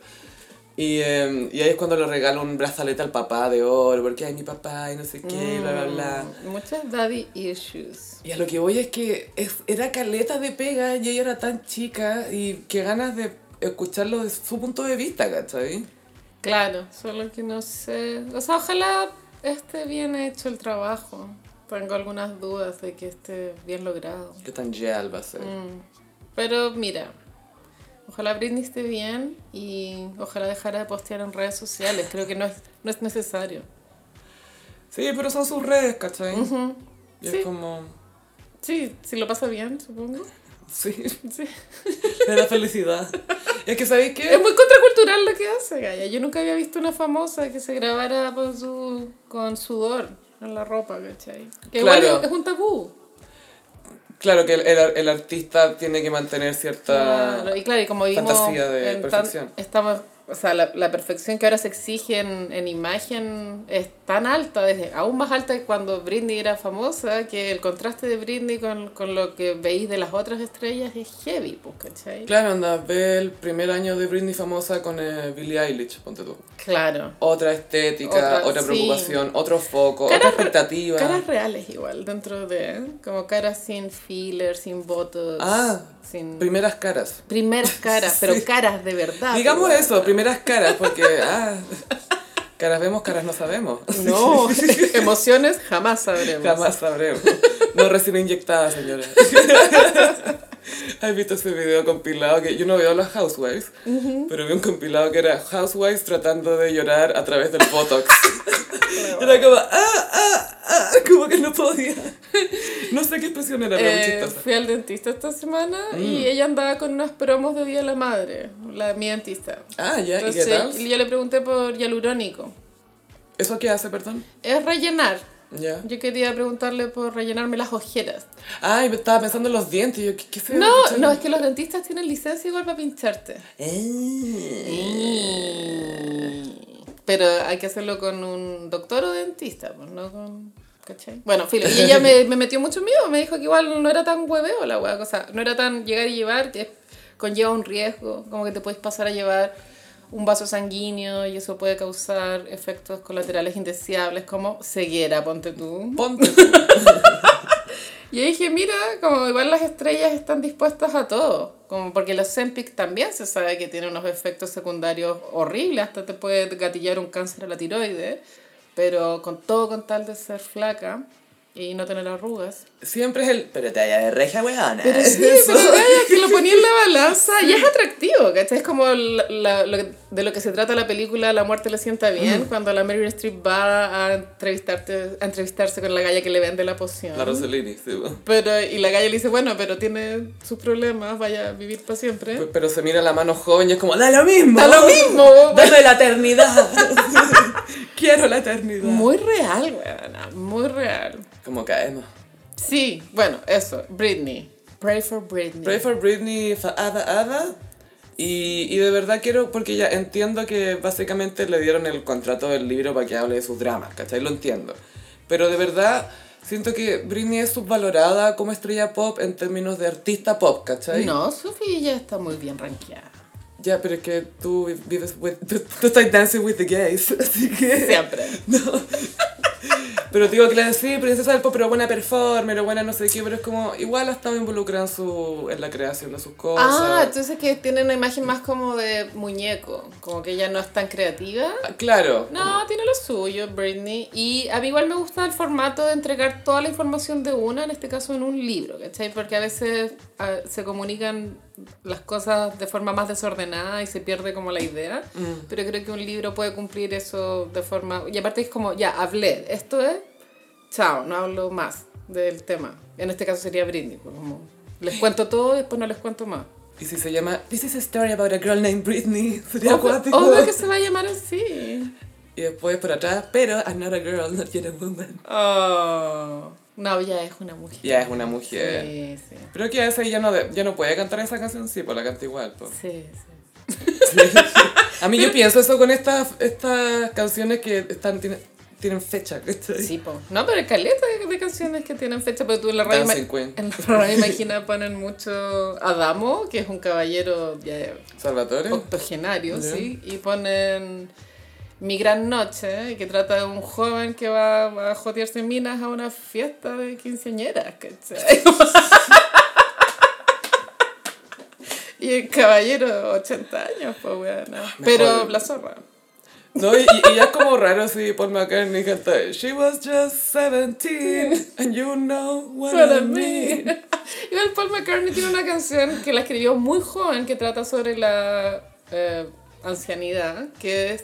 S1: Y, eh, y ahí es cuando le regalo un brazalete al papá de oro, porque hay mi papá y no sé qué, bla, bla, bla.
S2: Mm, Muchas daddy issues.
S1: Y a lo que voy es que es- era caleta de pega y ella era tan chica y qué ganas de escucharlo desde su punto de vista, ¿cachai?
S2: Claro, solo que no sé. O sea, ojalá esté bien hecho el trabajo. Tengo algunas dudas de que esté bien logrado.
S1: Qué tan real va a ser.
S2: Mm. Pero mira, ojalá Britney esté bien y ojalá dejara de postear en redes sociales. Creo que no es, no es necesario.
S1: Sí, pero son sus redes, ¿cachai?
S2: Ujú.
S1: Y
S2: Sí.
S1: es como...
S2: Sí, si lo pasa bien, supongo.
S1: Sí, [LAUGHS]
S2: Sí.
S1: me da felicidad. Y es que, ¿sabéis
S2: Es
S1: qué?
S2: muy contracultural lo que hace, Gaya. Yo nunca había visto una famosa que se grabara con, su, con sudor en la ropa, ¿cachai? Que
S1: Claro.
S2: igual es un tabú.
S1: Claro que el, el- el artista tiene que mantener cierta...
S2: Claro, Y claro, y como vimos...
S1: fantasía de
S2: en tan-
S1: perfección.
S2: estamos, o sea, la, la perfección que ahora se exige en, en imagen es tan alta, desde, aún más alta que cuando Britney era famosa, que el contraste de Britney con, con lo que veis de las otras estrellas es heavy, pues, ¿cachai?
S1: Claro, anda, ve el primer año de Britney famosa con eh, Billie Eilish, ponte tú.
S2: Claro.
S1: Otra estética, otra,
S2: Otra- sí.
S1: preocupación, otro foco,
S2: Caras
S1: otra
S2: re-
S1: expectativa.
S2: Caras reales igual, dentro de... ¿eh? Como caras sin filler, sin votos.
S1: Ah,
S2: sin...
S1: Primeras caras.
S2: primeras caras,
S1: [LAUGHS]
S2: pero caras de verdad.
S1: Digamos
S2: Ah, igual.
S1: eso, primeras caras, porque ah, caras vemos, caras no sabemos.
S2: No, [LAUGHS] emociones jamás
S1: [LAUGHS]
S2: sabremos.
S1: Jamás sabremos. No recién inyectada, señora. ¿Has visto ese video compilado que yo no veo las Housewives, pero vi un compilado que era Housewives tratando de llorar a través del Botox.
S2: [LAUGHS]
S1: Era como, ah, ah, ah, como que no podía. No sé qué expresión era, pero muy
S2: Eh,
S1: chistosa.
S2: fui al dentista esta semana
S1: Mm.
S2: y ella andaba con unas promos de Día de la Madre, la mi dentista.
S1: Ah, ya, ¿y qué tal?
S2: Entonces y yo le pregunté por hialurónico.
S1: ¿Eso qué hace, perdón?
S2: Es rellenar.
S1: Ya.
S2: Yo quería preguntarle por rellenarme las ojeras.
S1: Ay, me estaba pensando en los dientes. Yo, ¿qué, qué se
S2: No, no, es que los dentistas tienen licencia igual para pincharte.
S1: Eh.
S2: Pero hay que hacerlo con un doctor o dentista, pues no con. ¿Cachai? Bueno, filo. Y ella me, me metió mucho miedo, me dijo que igual no era tan hueveo la hueá, o sea, no era tan llegar y llevar, que conlleva un riesgo, como que te puedes pasar a llevar un vaso sanguíneo y eso puede causar efectos colaterales indeseables como ceguera, ponte tú.
S1: Ponte.
S2: Y yo dije, mira, como igual las estrellas están dispuestas a todo, como porque los Zempic también se sabe que tiene unos efectos secundarios horribles, hasta te puede gatillar un cáncer a la tiroides, pero con todo con tal de ser flaca y no tener arrugas.
S1: Siempre es el. Pero te vaya de reja, weona.
S2: Pero sí, pero vaya, que lo ponía en la balanza y es atractivo, ¿cachai? Es como la- la- lo que- de lo que se trata la película La muerte le sienta bien, cuando la Meryl Streep va a, entrevistarte, a entrevistarse con la galla que le vende la
S1: [LAUGHS]
S2: poción.
S1: La Rosalini, sí, bueno.
S2: Pero, y la galla le dice, bueno, pero tiene sus problemas, vaya a vivir para siempre.
S1: Pero- Pero se mira la mano joven y es como, ¡da lo mismo!
S2: ¡Da lo mismo!
S1: ¡Dame la
S2: [LAUGHS]
S1: eternidad! [LAUGHS] Quiero la eternidad.
S2: Muy real, weona, muy real.
S1: Como caemos.
S2: Sí, bueno, eso, Britney. Pray for Britney.
S1: Pray for Britney, fa- Ada Ada. Y, y de verdad quiero, porque ya entiendo que básicamente le dieron el contrato del libro para que hable de sus dramas, ¿cachai? Lo entiendo. Pero de verdad siento que Britney es subvalorada como estrella pop en términos de artista pop, ¿cachai?
S2: No, Sophie ya está muy
S1: [LAUGHS]
S2: bien rankeada.
S1: Ya, pero es que tú vi- vives with, tú, tú estás dancing with the gays, [LAUGHS] así que...
S2: Siempre.
S1: Pero digo, claro, sí, princesa del pop, pero buena performer, o buena no sé qué, pero es como, igual ha estado involucrada en, su, en la creación de sus cosas.
S2: Ah, entonces que tiene una imagen más como de muñeco, como que ella no es tan creativa.
S1: Ah, Claro.
S2: No, tiene lo suyo, Britney. Y a mí igual me gusta el formato de entregar toda la información de una, en este caso en un libro, ¿cachai? Porque a veces ah, se comunican las cosas de forma más desordenada y se pierde como la idea. Pero creo que un libro puede cumplir eso de forma... Y aparte es como, ya, hablé, esto es... Chao, no hablo más del tema. En este caso sería Britney, pues, como les cuento todo y después no les cuento más.
S1: Y si se llama This is a story about a girl named Britney, [LAUGHS] sería
S2: Obvio,
S1: acuático.
S2: obvio que se va a llamar así.
S1: Y después por atrás, pero I'm not a girl, not yet a woman.
S2: Oh. No, ya es una mujer.
S1: Ya es una mujer.
S2: Sí, sí.
S1: Pero que a veces ya no, de- ya no puede cantar esa canción, sí, pues la canta igual. pues.
S2: Sí, sí.
S1: A mí yo pienso eso con estas, estas canciones que están, tienen, tienen fecha. ¿cachai?
S2: Sí, po. No, pero hay caleta de, de canciones que tienen fecha, pero tú en la radio,
S1: Dancing
S2: ima-
S1: Queen.
S2: en la radio imagina ponen mucho Adamo, que es un caballero ya Eh.
S1: Salvatore.
S2: Oh. octogenario,
S1: Ya.
S2: sí, y ponen Mi Gran Noche, que trata de un joven que va a jotearse en minas a una fiesta de quinceañeras, ¿cachai? [LAUGHS] Y el caballero, 80 años, pues, weón. Pero la zorra.
S1: No, y, y- y ya es como raro así Paul McCartney canta She was just 17 and you know what
S2: Para
S1: I
S2: mí. [LAUGHS]
S1: mean.
S2: Igual Paul McCartney tiene una canción que la escribió muy joven que trata sobre la eh, ancianidad, que es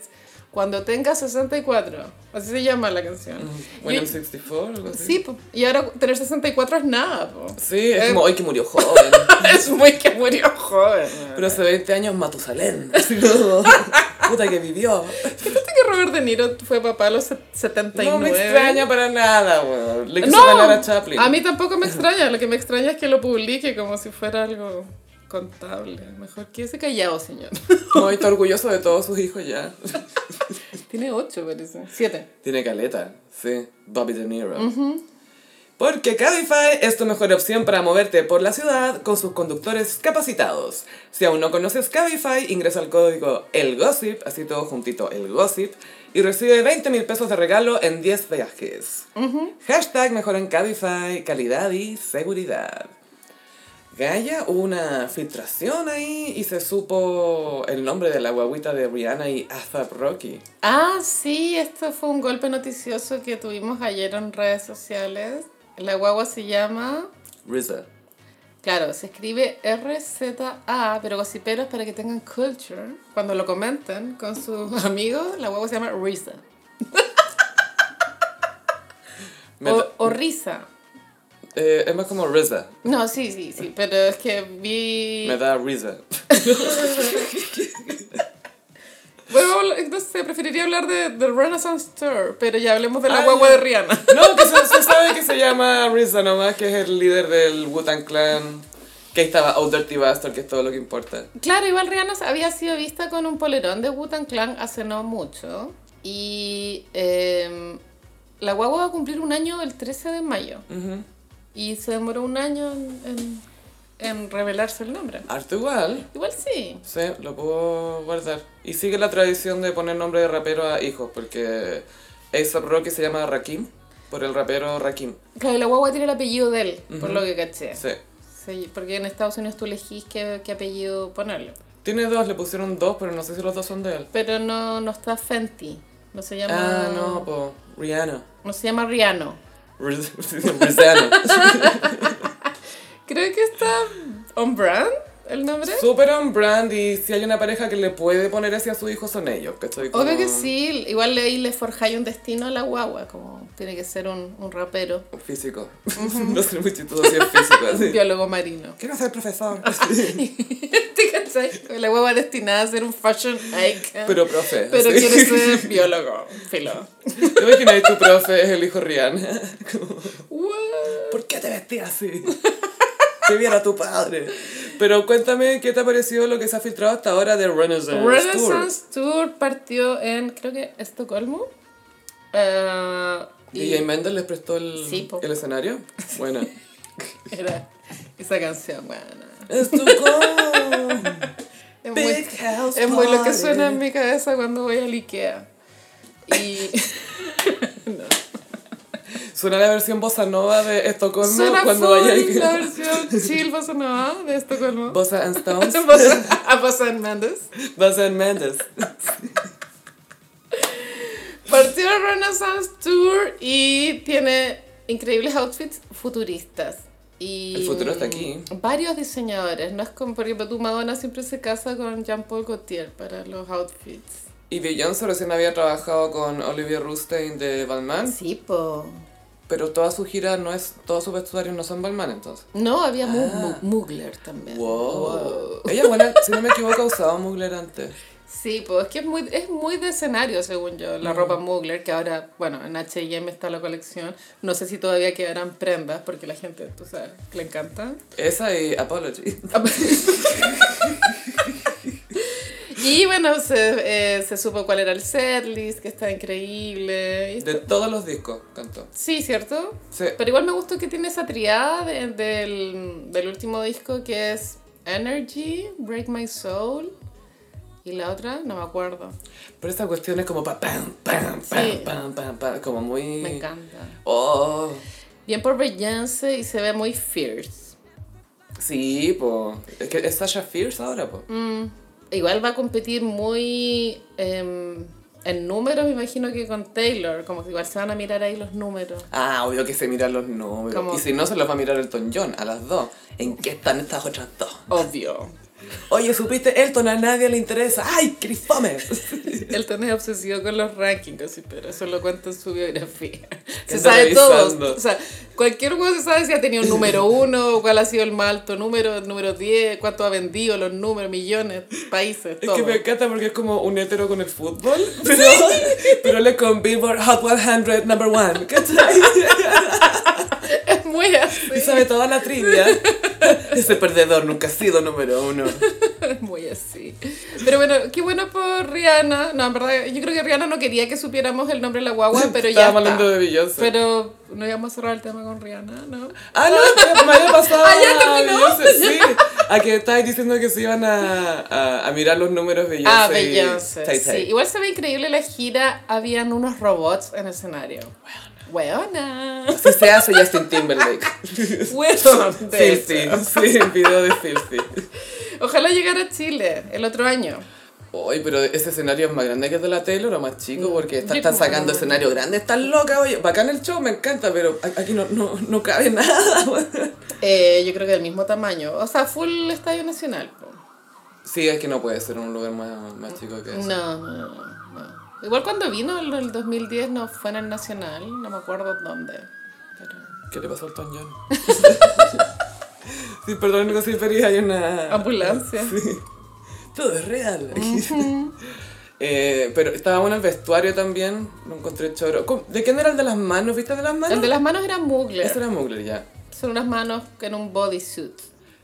S2: Cuando tenga 64. Así se llama la canción.
S1: When
S2: Y-
S1: I'm 64 algo así.
S2: sí, po, y ahora tener 64 es nada. po.
S1: Sí, es
S2: Eh.
S1: como hoy que murió joven.
S2: es muy que murió joven.
S1: Pero hace 20 años Matusalén. [LAUGHS] Así como, puta que vivió.
S2: ¿Viste que Robert De Niro fue papá a los se- 79?
S1: No me extraña para nada, weón. Le quiso
S2: No,
S1: ganar a Chaplin.
S2: a mí tampoco me extraña. Lo que me extraña es que lo publique como si fuera algo contable. Mejor quédese callado, señor.
S1: No, y está orgulloso de todos sus hijos ya.
S2: [LAUGHS] Tiene ocho, parece. Siete.
S1: Tiene caleta, sí. Bobby De Niro. Porque Cabify es tu mejor opción para moverte por la ciudad con sus conductores capacitados. Si aún no conoces Cabify, ingresa al código ELGOSSIP, así todo juntito, ELGOSSIP, y recibe 20 mil pesos de regalo en 10 viajes. Hashtag mejor en Cabify, calidad y seguridad. Gaia, hubo una filtración ahí y se supo el nombre de la guaguita de Rihanna y ASAP Rocky.
S2: Ah, sí, esto fue un golpe noticioso que tuvimos ayer en redes sociales. La guagua se llama.
S1: RZA.
S2: Claro, se escribe RZA, pero gossiperos para que tengan culture. Cuando lo comenten con sus [LAUGHS] amigos, la guagua se llama Risa.
S1: Me-
S2: O, o Risa.
S1: Eh, es más como Reza.
S2: No, sí, sí, sí, pero es que vi.
S1: Me da [LAUGHS] Reza.
S2: Bueno, no sé, preferiría hablar de, de Renaissance Tour, pero ya hablemos de la
S1: Ah,
S2: guagua
S1: ya.
S2: de Rihanna. [LAUGHS]
S1: No, que se, se sabe que se llama Reza nomás, que es el líder del Wu-Tang Clan. Que ahí estaba Old Dirty Bastard, que es todo lo que importa.
S2: Claro, igual Rihanna había sido vista con un polerón de Wu-Tang Clan hace no mucho. Y eh, la guagua va a cumplir un año el 13 de mayo.
S1: Ujú.
S2: Y se demoró un año en, en- en revelarse el nombre.
S1: Harto igual.
S2: Igual sí.
S1: Sí, lo puedo guardar. Y sigue la tradición de poner nombre de rapero a hijos, porque A$AP Rocky se llama Rakim, por el rapero Rakim.
S2: Claro, la guagua tiene el apellido de él, por lo que caché.
S1: Sí.
S2: Sí, porque en Estados Unidos tú elegís qué, qué apellido ponerle.
S1: Tiene dos, le pusieron dos, pero no sé si los dos son de él.
S2: Pero no, no está Fenty. No se llama.
S1: Ah, no, po. Rihanna. [LAUGHS]
S2: no se llama Rihanna.
S1: Rihanna.
S2: Creo que está on brand el nombre.
S1: Super on brand y si hay una pareja que le puede poner ese a su hijo son ellos, ¿cachai? Como-
S2: Obvio que sí, igual ahí le forjáis un destino a la guagua, como tiene que ser un, un rapero,
S1: Físico. [LAUGHS] No sé muy chistoso si es físico.
S2: un
S1: Así.
S2: biólogo marino. [LAUGHS]
S1: Quiero ser profesor.
S2: ¿Te cachai? La guagua destinada a ser un fashion icon.
S1: Pero profe.
S2: pero
S1: así. [LAUGHS]
S2: quiere [LAUGHS] ser biólogo, filo.
S1: ¿Te imaginas tu profe es el hijo
S2: [LAUGHS]
S1: Rihanna?
S2: What?
S1: ¿Por qué te vestías así? [LAUGHS] Que viera tu padre. Pero cuéntame qué te ha parecido lo que se ha filtrado hasta ahora de Renaissance, Tour.
S2: Renaissance Tour partió en, creo que, Estocolmo. Eh,
S1: DJ Mendel les prestó el,
S2: Sí, po.
S1: el
S2: [LAUGHS]
S1: escenario. Bueno.
S2: era esa canción, bueno.
S1: es tu
S2: [LAUGHS]
S1: go,
S2: Es muy,
S1: Big House.
S2: es muy lo que
S1: party.
S2: suena en mi cabeza cuando voy al Ikea. [LAUGHS] Y...
S1: Suena la versión bossa nova de Estocolmo
S2: Suena
S1: cuando
S2: full
S1: vaya
S2: la
S1: a
S2: versión chill bossa nova de [LAUGHS] Estocolmo. Ah,
S1: Bossa and Stones.
S2: Bossa- A Bossa en Mendes.
S1: bossa and Mendes.
S2: Partió el Renaissance Tour y tiene increíbles outfits futuristas. Y
S1: El futuro está aquí.
S2: Varios diseñadores. No es como, por ejemplo, tu Madonna siempre se casa con Jean-Paul Gaultier para los outfits.
S1: Y Beyoncé recién había trabajado con Olivia Rustein de Balmain,
S2: Ah, Sí, po.
S1: pero toda su gira no es, todos sus vestuarios no son Balmain entonces.
S2: No, había Mu- Mu- Mugler también.
S1: Ah. Wow. Ella, bueno, si no me equivoco, usaba Mugler antes.
S2: Sí, pues es que es muy, es muy de escenario, según yo,
S1: Mm.
S2: la ropa Mugler, que ahora, bueno, en H&M está la colección. No sé si todavía quedarán prendas, porque la gente, tú sabes, que le encanta.
S1: Esa y Apology.
S2: y bueno, se, eh, se supo cuál era el setlist, que está increíble.
S1: De todos los discos cantó.
S2: Sí, ¿cierto?
S1: Sí.
S2: Pero igual me gustó que tiene esa triada de- del, del último disco que es Energy, Break My Soul y la otra, no me acuerdo.
S1: Pero esta cuestión es como pa, pam, pam, pam,
S2: Sí.
S1: pam, pam, pam, como muy...
S2: Me encanta.
S1: Oh,
S2: Bien por Beyoncé y se ve muy fierce.
S1: sí, po. Es que es Sasha Fierce ahora, po.
S2: Igual va a competir muy em, en números, me imagino que con Taylor, como que igual se van a mirar ahí los números.
S1: Ah, obvio que se miran los números.
S2: Como-
S1: Y si no, se los va a mirar Elton John, a las dos. ¿En qué están estas otras dos?
S2: [LAUGHS] Obvio.
S1: Oye, ¿supiste Elton? A nadie le interesa. ¡Ay, [LAUGHS] Crifome!
S2: Elton es obsesivo con los rankings, así, pero eso lo cuenta en su biografía. Se
S1: anda
S2: sabe
S1: revisando.
S2: todo. O sea, cualquier juego se sabe si ha tenido un número uno, cuál ha sido el más alto número, el número 10, cuánto ha vendido, los números, millones, países,
S1: Es
S2: todo.
S1: que me encanta porque es como un hétero con el fútbol, pero, pero le con Billboard Hot 100 number one, [LAUGHS] ¿cachai?
S2: Es muy así.
S1: Y sabe toda la trivia. Ese perdedor nunca ha sido número uno.
S2: [LAUGHS] Muy así. Pero bueno, qué bueno por Rihanna. No, en verdad, yo creo que Rihanna no quería que supiéramos el nombre de
S1: [LAUGHS]
S2: la guagua, pero ya.
S1: Estábamos
S2: está.
S1: hablando de Beyoncé.
S2: Pero no íbamos a cerrar el tema con Rihanna, ¿no?
S1: Ah, no, espera, me había pasado.
S2: [LAUGHS] Ah, ya terminó.
S1: Beyoncé, sí. A que estabas diciendo que se iban a, a, a mirar los números Beyoncé.
S2: ah,
S1: y
S2: Beyoncé.
S1: Tay
S2: sí.
S1: Tay.
S2: Igual se ve increíble la gira. Habían unos robots en el escenario. Weona.
S1: [LAUGHS] Si se hace Justin
S2: [LAUGHS]
S1: Timberlake.
S2: Weona. de
S1: Filthy,
S2: hecho.
S1: sí, el video de Filthy.
S2: Ojalá llegara a Chile el otro año.
S1: Uy, pero ese escenario es más grande que el de la Taylor o más chico, porque
S2: Yo
S1: están, están
S2: como-
S1: sacando escenario grande, están locas, oye. Bacán el show, me encanta, pero a- aquí no, no, no cabe [LAUGHS] nada.
S2: Eh, yo creo que del mismo tamaño. O sea, full Estadio Nacional. po.
S1: Sí, es que no puede ser un lugar más, más chico que eso.
S2: No, no, no. Igual cuando vino el, el 2010 no fue en el Nacional, no me acuerdo dónde. Pero...
S1: ¿Qué le pasó al Tom John? [LAUGHS] sí, perdón, no soy feliz, hay una...
S2: Ambulancia.
S1: Todo es real. [LAUGHS] Eh, pero estaba bueno el vestuario también, lo encontré choro. ¿Cómo- ¿De quién era el de las manos? ¿Viste el de las manos?
S2: El de las manos Ah, era Mugler.
S1: Ese era Mugler, ya.
S2: Son unas manos que en un bodysuit.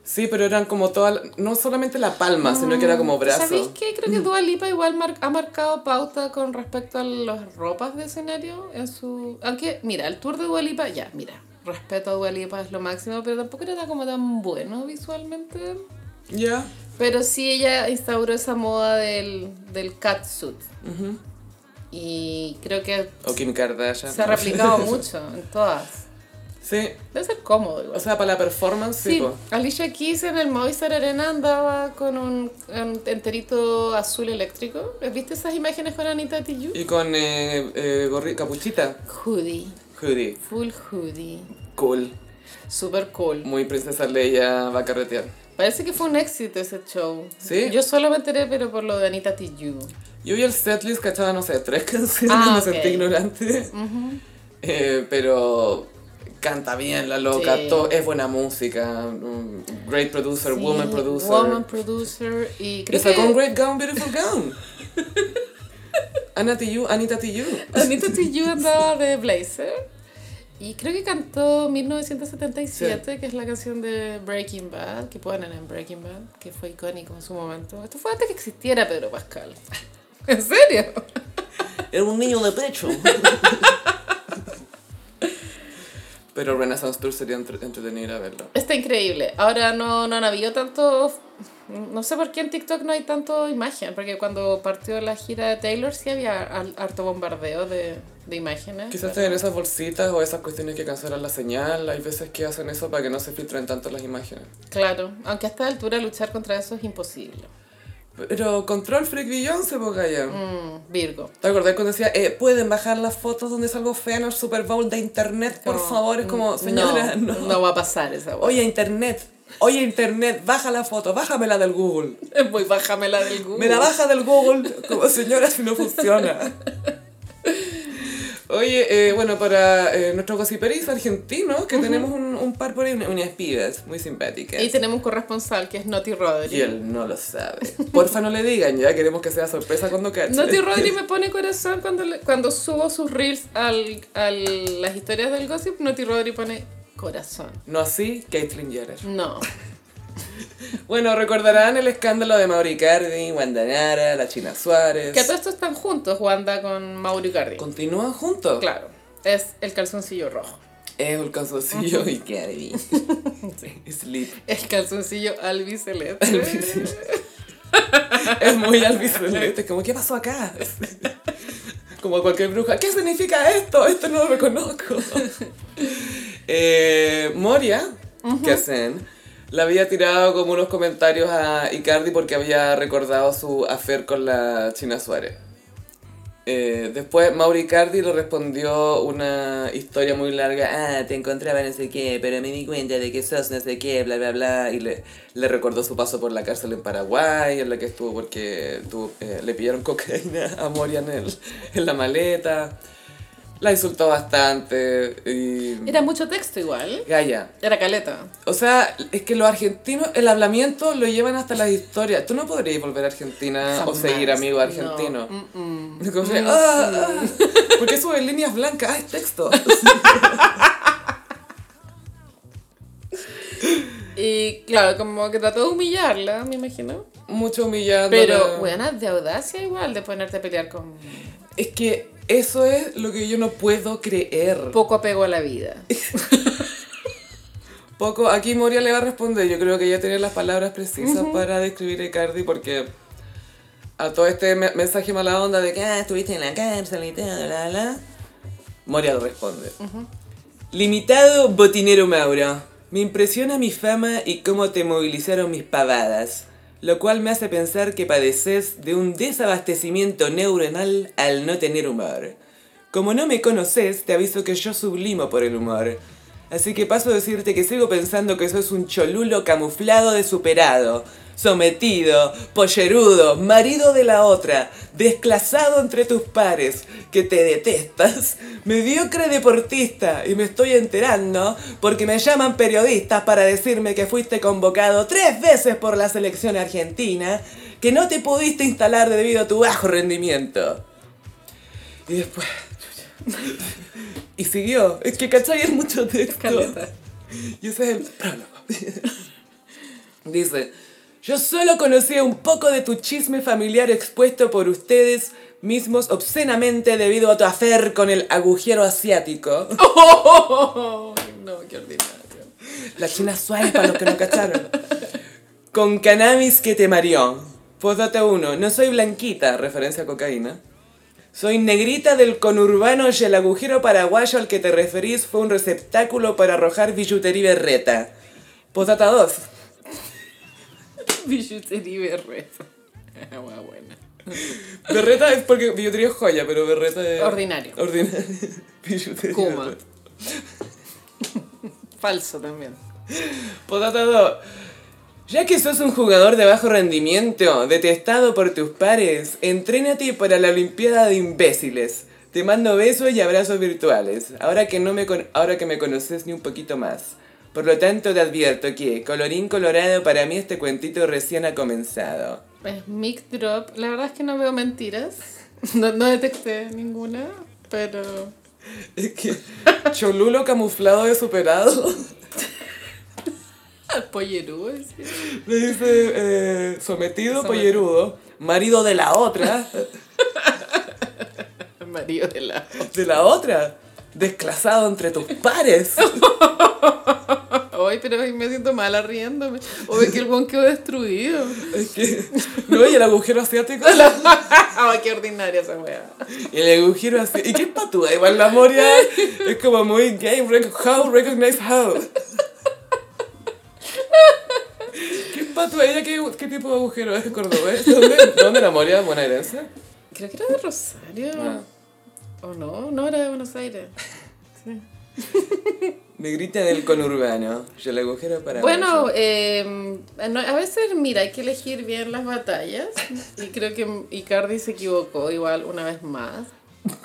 S1: Sí, pero eran como toda, la- no solamente la palma, sino que era como brazo. Mm.
S2: ¿Sabéis Mm, qué? Creo que Dua Lipa igual mar- ha marcado pauta con respecto a las ropas de escenario en su... Aunque, mira, el tour de Dua Lipa, ya, mira, respeto a Dua Lipa es lo máximo, pero tampoco era tan- como tan bueno visualmente.
S1: Ya.
S2: Pero sí ella instauró esa moda del, del catsuit.
S1: Ujú.
S2: Y creo que
S1: O Kim Kardashian.
S2: se ha replicado mucho en todas.
S1: [LAUGHS] Sí,
S2: Debe ser cómodo igual.
S1: o sea, para la performance, sí,
S2: Sí,
S1: po.
S2: Alicia Keys en el Movistar Arena andaba con un, un enterito azul eléctrico. ¿Viste esas imágenes con Anita Tijoux?
S1: Y con eh, eh, gorri- capuchita.
S2: Hoodie,
S1: Hoodie.
S2: full hoodie,
S1: Cool.
S2: super cool.
S1: Muy princesa Leia va a carretear.
S2: Parece que fue un éxito ese show.
S1: Sí.
S2: Yo solo me enteré, pero por lo de Anita Tijoux.
S1: Yo vi el setlist, cachaba, no sé, tres [LAUGHS] canciones,
S2: Ah,
S1: me
S2: ok.
S1: sentí ignorante. Eh, pero canta bien la loca,
S2: Sí.
S1: to- es buena música. mm, Great producer,
S2: Sí,
S1: woman producer.
S2: Woman producer y
S1: Y
S2: creo
S1: sacó un
S2: que
S1: great gown, beautiful gown. Anna Tijoux, Anita Tijoux.
S2: Anita Tijoux andaba de blazer. Y creo que cantó 1977, que es la canción de Breaking Bad, que ponen en Breaking Bad, que fue icónico en su momento. Esto fue antes que existiera Pedro Pascal. [LAUGHS] ¿En serio?
S1: [LAUGHS] Era un niño de pecho. [LAUGHS] Pero Renaissance Tour sería entre- entretenido ir a verlo.
S2: Está increíble. Ahora no, no han habido tanto. No sé por qué en TikTok no hay tanto imagen, porque cuando partió la gira de Taylor sí había al- harto bombardeo de, de imágenes.
S1: Quizás
S2: pero-
S1: tener esas bolsitas o esas cuestiones que cancelan la señal. Hay veces que hacen eso para que no se filtren tanto las imágenes.
S2: Claro, aunque a esta altura luchar contra eso es imposible.
S1: Pero Control Freak Beyoncé, pues Gaya.
S2: Mm, Virgo.
S1: ¿Te acordás cuando decía, eh, pueden bajar las fotos donde salgo fea en el Super Bowl de internet, por
S2: Como, mm,
S1: favor? Es como, señora, [LAUGHS] no.
S2: no va a pasar esa wea.
S1: Oye, internet. Oye, internet, baja la foto, bájamela del Google.
S2: Es muy bájamela del Google.
S1: Me la baja del Google. Como señora, si no
S2: [LAUGHS]
S1: funciona. Oye, eh, bueno, para eh, nuestros gossiperis argentinos, que tenemos un, un par por ahí, un- unas pibas muy simpáticas.
S2: Y tenemos un corresponsal que es Noti
S1: Y
S2: Rodri.
S1: él no lo sabe. Porfa, no le digan, ya queremos que sea sorpresa cuando cache.
S2: Noti Rodri me pone corazón cuando, le- cuando subo sus reels al, a las historias del gossip. Noti Rodri pone corazón.
S1: No así, Caitlyn Jenner.
S2: No.
S1: Bueno, recordarán el escándalo de Mauricardi, Guandanara, la China Suárez.
S2: Que a todos estos están juntos, Wanda con Mauro Cardi.
S1: Continúan juntos.
S2: Claro. Es el calzoncillo rojo.
S1: Es el canzoncillo y
S2: [LAUGHS]
S1: Cardi. Sleep.
S2: El calzoncillo albiceleste.
S1: Es muy albiceleste, como, ¿qué pasó acá? Como cualquier bruja, ¿qué significa esto? Esto no lo
S2: [LAUGHS]
S1: reconozco. Eh, Moria, que hacen, le había tirado como unos comentarios a Icardi porque había recordado su afer con la China Suárez. Eh, después Mauri Cardi le respondió una historia muy larga, ah, te encontraba no sé qué, pero me di cuenta de que sos no sé qué, bla, bla, bla, y le, le recordó su paso por la cárcel en Paraguay, en la que estuvo porque tuvo- eh, le pillaron cocaína a Moria en, el- en la maleta, la insultó bastante, y...
S2: Era mucho texto igual.
S1: Gaya,
S2: Era caleta.
S1: o sea, es que los argentinos el hablamiento lo llevan hasta las historias. Tú no podrías volver a Argentina Ah, o
S2: Jamás.
S1: seguir amigo
S2: No.
S1: argentino.
S2: Mm, mm.
S1: Como que, ah, ah, ¿Por qué sube líneas blancas? Ah, es
S2: [LAUGHS]
S1: texto.
S2: Y claro, como que trató de humillarla, me imagino.
S1: Mucho humillando.
S2: Pero, buenas de audacia igual de ponerte a pelear con
S1: Es que eso es lo que yo no puedo creer.
S2: poco apego a la vida.
S1: Poco, aquí Moria le va a responder. Yo creo que ella tiene las palabras precisas para describir a Icardi porque a todo este me- mensaje mala onda de que "Ah, estuviste en la cárcel y tal, bla, bla. Moria le responde. Limitado botinero Mauro. Me impresiona mi fama y cómo te movilizaron mis pavadas, lo cual me hace pensar que padeces de un desabastecimiento neuronal al no tener humor. Como no me conoces, te aviso que yo sublimo por el humor. Así que paso a decirte que sigo pensando que sos un cholulo camuflado de superado, sometido, pollerudo, marido de la otra, desclasado entre tus pares, que te detestas, mediocre deportista, y me estoy enterando porque me llaman periodistas para decirme que fuiste convocado tres veces por la selección argentina, que no te pudiste instalar debido a tu bajo rendimiento. Y después... [LAUGHS] Y siguió. Es que, ¿cachai? Es mucho texto.
S2: Caleta.
S1: Y ese es el prólogo. [LAUGHS] Dice, yo solo conocía un poco de tu chisme familiar expuesto por ustedes mismos obscenamente debido a tu afer con el agujero asiático.
S2: no, qué [LAUGHS] ordinario.
S1: La china suave para los que no cacharon. Con cannabis que te mareó. Pódate uno. No soy blanquita, referencia a cocaína. Soy negrita del conurbano y el agujero paraguayo al que te referís fue un receptáculo para arrojar billutería berreta. Posdata 2.
S2: Billutería berreta. Agua buena.
S1: Berreta es porque billutería es joya, pero berreta es...
S2: Ordinario.
S1: [LAUGHS] Ordinaria. Billutería [LAUGHS]
S2: Kuma.
S1: berreta.
S2: Falso también.
S1: Posdata 2. Ya que sos un jugador de bajo rendimiento, detestado por tus pares, entrénate para la Olimpiada de Imbéciles. Te mando besos y abrazos virtuales, ahora que, no me con- ahora que me conoces ni un poquito más. Por lo tanto, te advierto que, colorín colorado, para mí este cuentito recién ha comenzado.
S2: Es mic drop. La verdad es que no veo mentiras. No, no detecté ninguna, pero.
S1: Es
S2: [LAUGHS]
S1: que Cholulo camuflado de superado
S2: Ah, Pollerú, es que-
S1: le dice eh, sometido pollerudo, marido de la otra,
S2: el marido de la.
S1: de la otra, desclasado entre tus pares.
S2: Ay, pero me siento mala riéndome. Oye, que el guan quedó destruido.
S1: Es que, no, y el agujero asiático.
S2: Ay, qué ordinaria esa wea.
S1: Y el agujero asiático. ¿Y qué es patúa? Igual la Moria es como muy gay. rec- How, recognize how. ¿Qué es patúa? ¿Ella qué, qué tipo de agujero es? ¿Cordobés? ¿Dónde, dónde la Moria? ¿Bonaerense?
S2: Creo que era de Rosario.
S1: Ah.
S2: ¿O no? No, era de Buenos Aires.
S1: Negrita del conurbano. Y el agujero para.
S2: Bueno, eh, no, a veces, mira, hay que elegir bien las batallas. Y creo que Icardi se equivocó igual una vez más.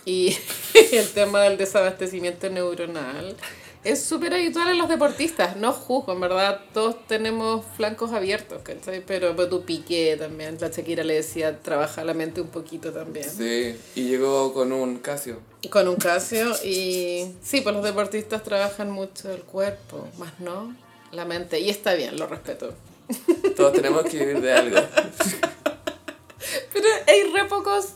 S2: Y [LAUGHS] el tema del desabastecimiento neuronal es súper habitual en los deportistas. No juzgo, en verdad, todos tenemos flancos abiertos, ¿cachai? Pero, pero tu piqué también, la Shakira le decía, trabaja la mente un poquito también.
S1: Sí, y llegó con un Casio.
S2: Con un Casio y sí, pues los deportistas trabajan mucho el cuerpo, más no la mente. Y está bien, lo respeto.
S1: Todos tenemos que vivir de [LAUGHS] algo.
S2: Pero hay re pocos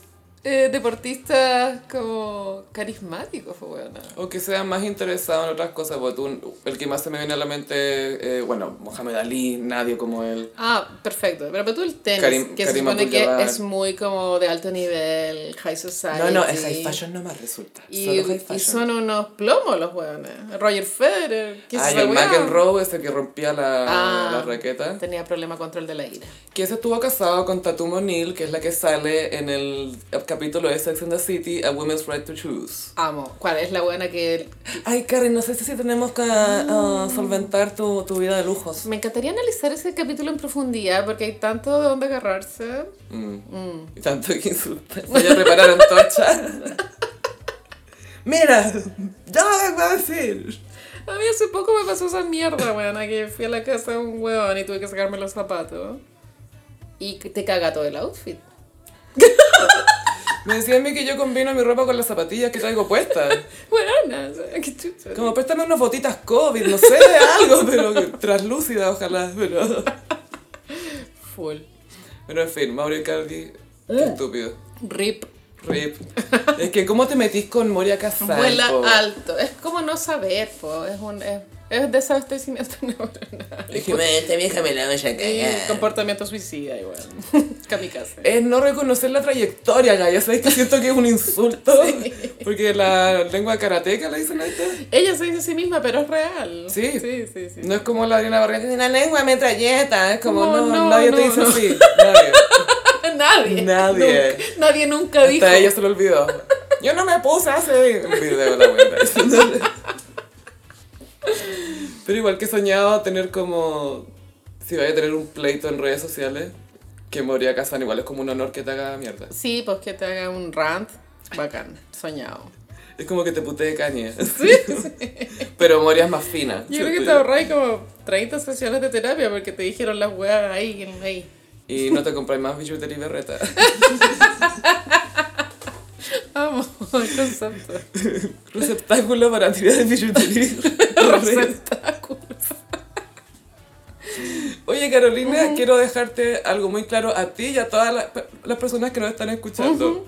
S2: eh, deportistas como carismáticos, pues, fue buena.
S1: O que sean más interesados en otras cosas. Porque tú- el que más se me viene a la mente, eh, bueno, Mohamed Ali, nadie como él.
S2: Ah, perfecto. Pero, pero tú el tenis,
S1: Karim-
S2: que
S1: Karim
S2: se supone que
S1: Abdul-Jabbar.
S2: es muy como de alto nivel, high society.
S1: No, no, es high fashion nomás resulta.
S2: Y,
S1: solo high
S2: y
S1: fashion.
S2: son unos plomos los hueones. Roger Federer, ¿qué es
S1: Ah, y
S2: esa
S1: el
S2: weá?
S1: McEnroe, ese que rompía la,
S2: Ah.
S1: la raqueta.
S2: Tenía problema control de la ira.
S1: Que ese estuvo casado con Tatum O'Neill, que es la que sale en el capítulo de Sex and the City, A Woman's Right to Choose.
S2: Amo. ¿Cuál es la buena que
S1: Ay, Karen, no sé si tenemos que ah, solventar tu, vida de lujos.
S2: Me encantaría analizar ese capítulo en profundidad porque hay tanto de dónde agarrarse.
S1: Y tanto que insultan. Ya prepararon tocha. Mira, ya me voy a decir.
S2: A mí hace poco me pasó esa [LAUGHS] mierda, weona, que fui a la casa de un weón y tuve que sacarme los zapatos. Y que te caga todo el outfit.
S1: Me decía a mí que yo combino mi ropa con las zapatillas que traigo puestas.
S2: Weona, o sea, qué chucha.
S1: Como préstame unas botitas COVID, no sé de algo, pero translúcida, ojalá. Pero,
S2: Full.
S1: pero en fin, Mauro Cardi, estúpido.
S2: Rip.
S1: Rip. Es que, ¿cómo te metís con Moria Casal?
S2: Vuela
S1: po?
S2: alto. Es como no saber, po. Es un... Es, es desabastecimiento [LAUGHS] neuronal.
S1: Es que, Eh, me- esta vieja me la voy a
S2: Y
S1: cagar.
S2: comportamiento suicida [LAUGHS] igual. Kamikaze.
S1: Es no reconocer la trayectoria, ya sabéis que siento que es un insulto.
S2: [LAUGHS]
S1: Porque la lengua karateca la dicen ahí.
S2: Ella se dice a sí misma, pero es real.
S1: Sí.
S2: Sí, sí, sí.
S1: No es como la Adriana Barrientos, tiene una lengua metralleta. Es como,
S2: No,
S1: no,
S2: no,
S1: nadie te
S2: no,
S1: dice
S2: no. [LAUGHS]
S1: así. Nadie.
S2: Nadie.
S1: Nadie.
S2: Nunca, nadie nunca dijo.
S1: Hasta ella se lo olvidó. Yo no me puse hace un video la buena. Pero igual que soñaba tener como. Si vaya a tener un pleito en redes sociales, que Moria Kazan igual es como un honor que te haga mierda.
S2: Sí, pues que te haga un rant. Bacán. Soñado.
S1: Es como que te putee caña. [LAUGHS] Pero Moria es más fina.
S2: Yo creo que te ahorráis como 30 sesiones de terapia porque te dijeron las weas ahí. en- ahí.
S1: Y no te compras más billutería y berreta. [LAUGHS]
S2: [LAUGHS] Vamos, el concepto.
S1: Receptáculo para
S2: [LAUGHS]
S1: tirar de billutería. y berreta.
S2: Receptáculo.
S1: Oye, Oye, Carolina, quiero dejarte algo muy claro a ti y a todas las, las personas que nos están escuchando.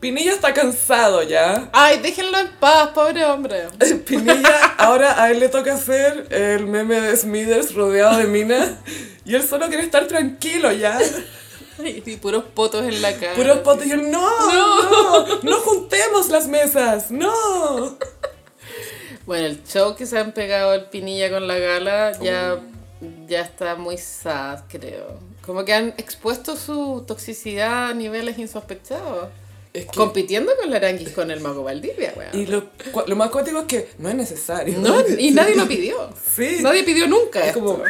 S1: Pinilla está cansado ya. Eh,
S2: Ay, déjenlo en paz, pobre hombre. [LAUGHS]
S1: Pinilla, ahora a él le toca hacer el meme de Smithers rodeado de minas y él solo quiere estar tranquilo ya.
S2: Ay, Y puros potos en la cara.
S1: Puros potes y yo, no, no, no, juntemos las mesas, no.
S2: Bueno, el show que se han pegado el Pinilla con la gala ya,
S1: Oh.
S2: ya está muy sad, creo. Como que han expuesto su toxicidad a niveles insospechados.
S1: Es que-
S2: Compitiendo con la Aranguis con el Mago Valdivia, weón.
S1: y lo, cua- lo más cuático es que no es necesario.
S2: No,
S1: [LAUGHS]
S2: y nadie lo pidió.
S1: Sí.
S2: Nadie pidió nunca.
S1: Es
S2: esto.
S1: como,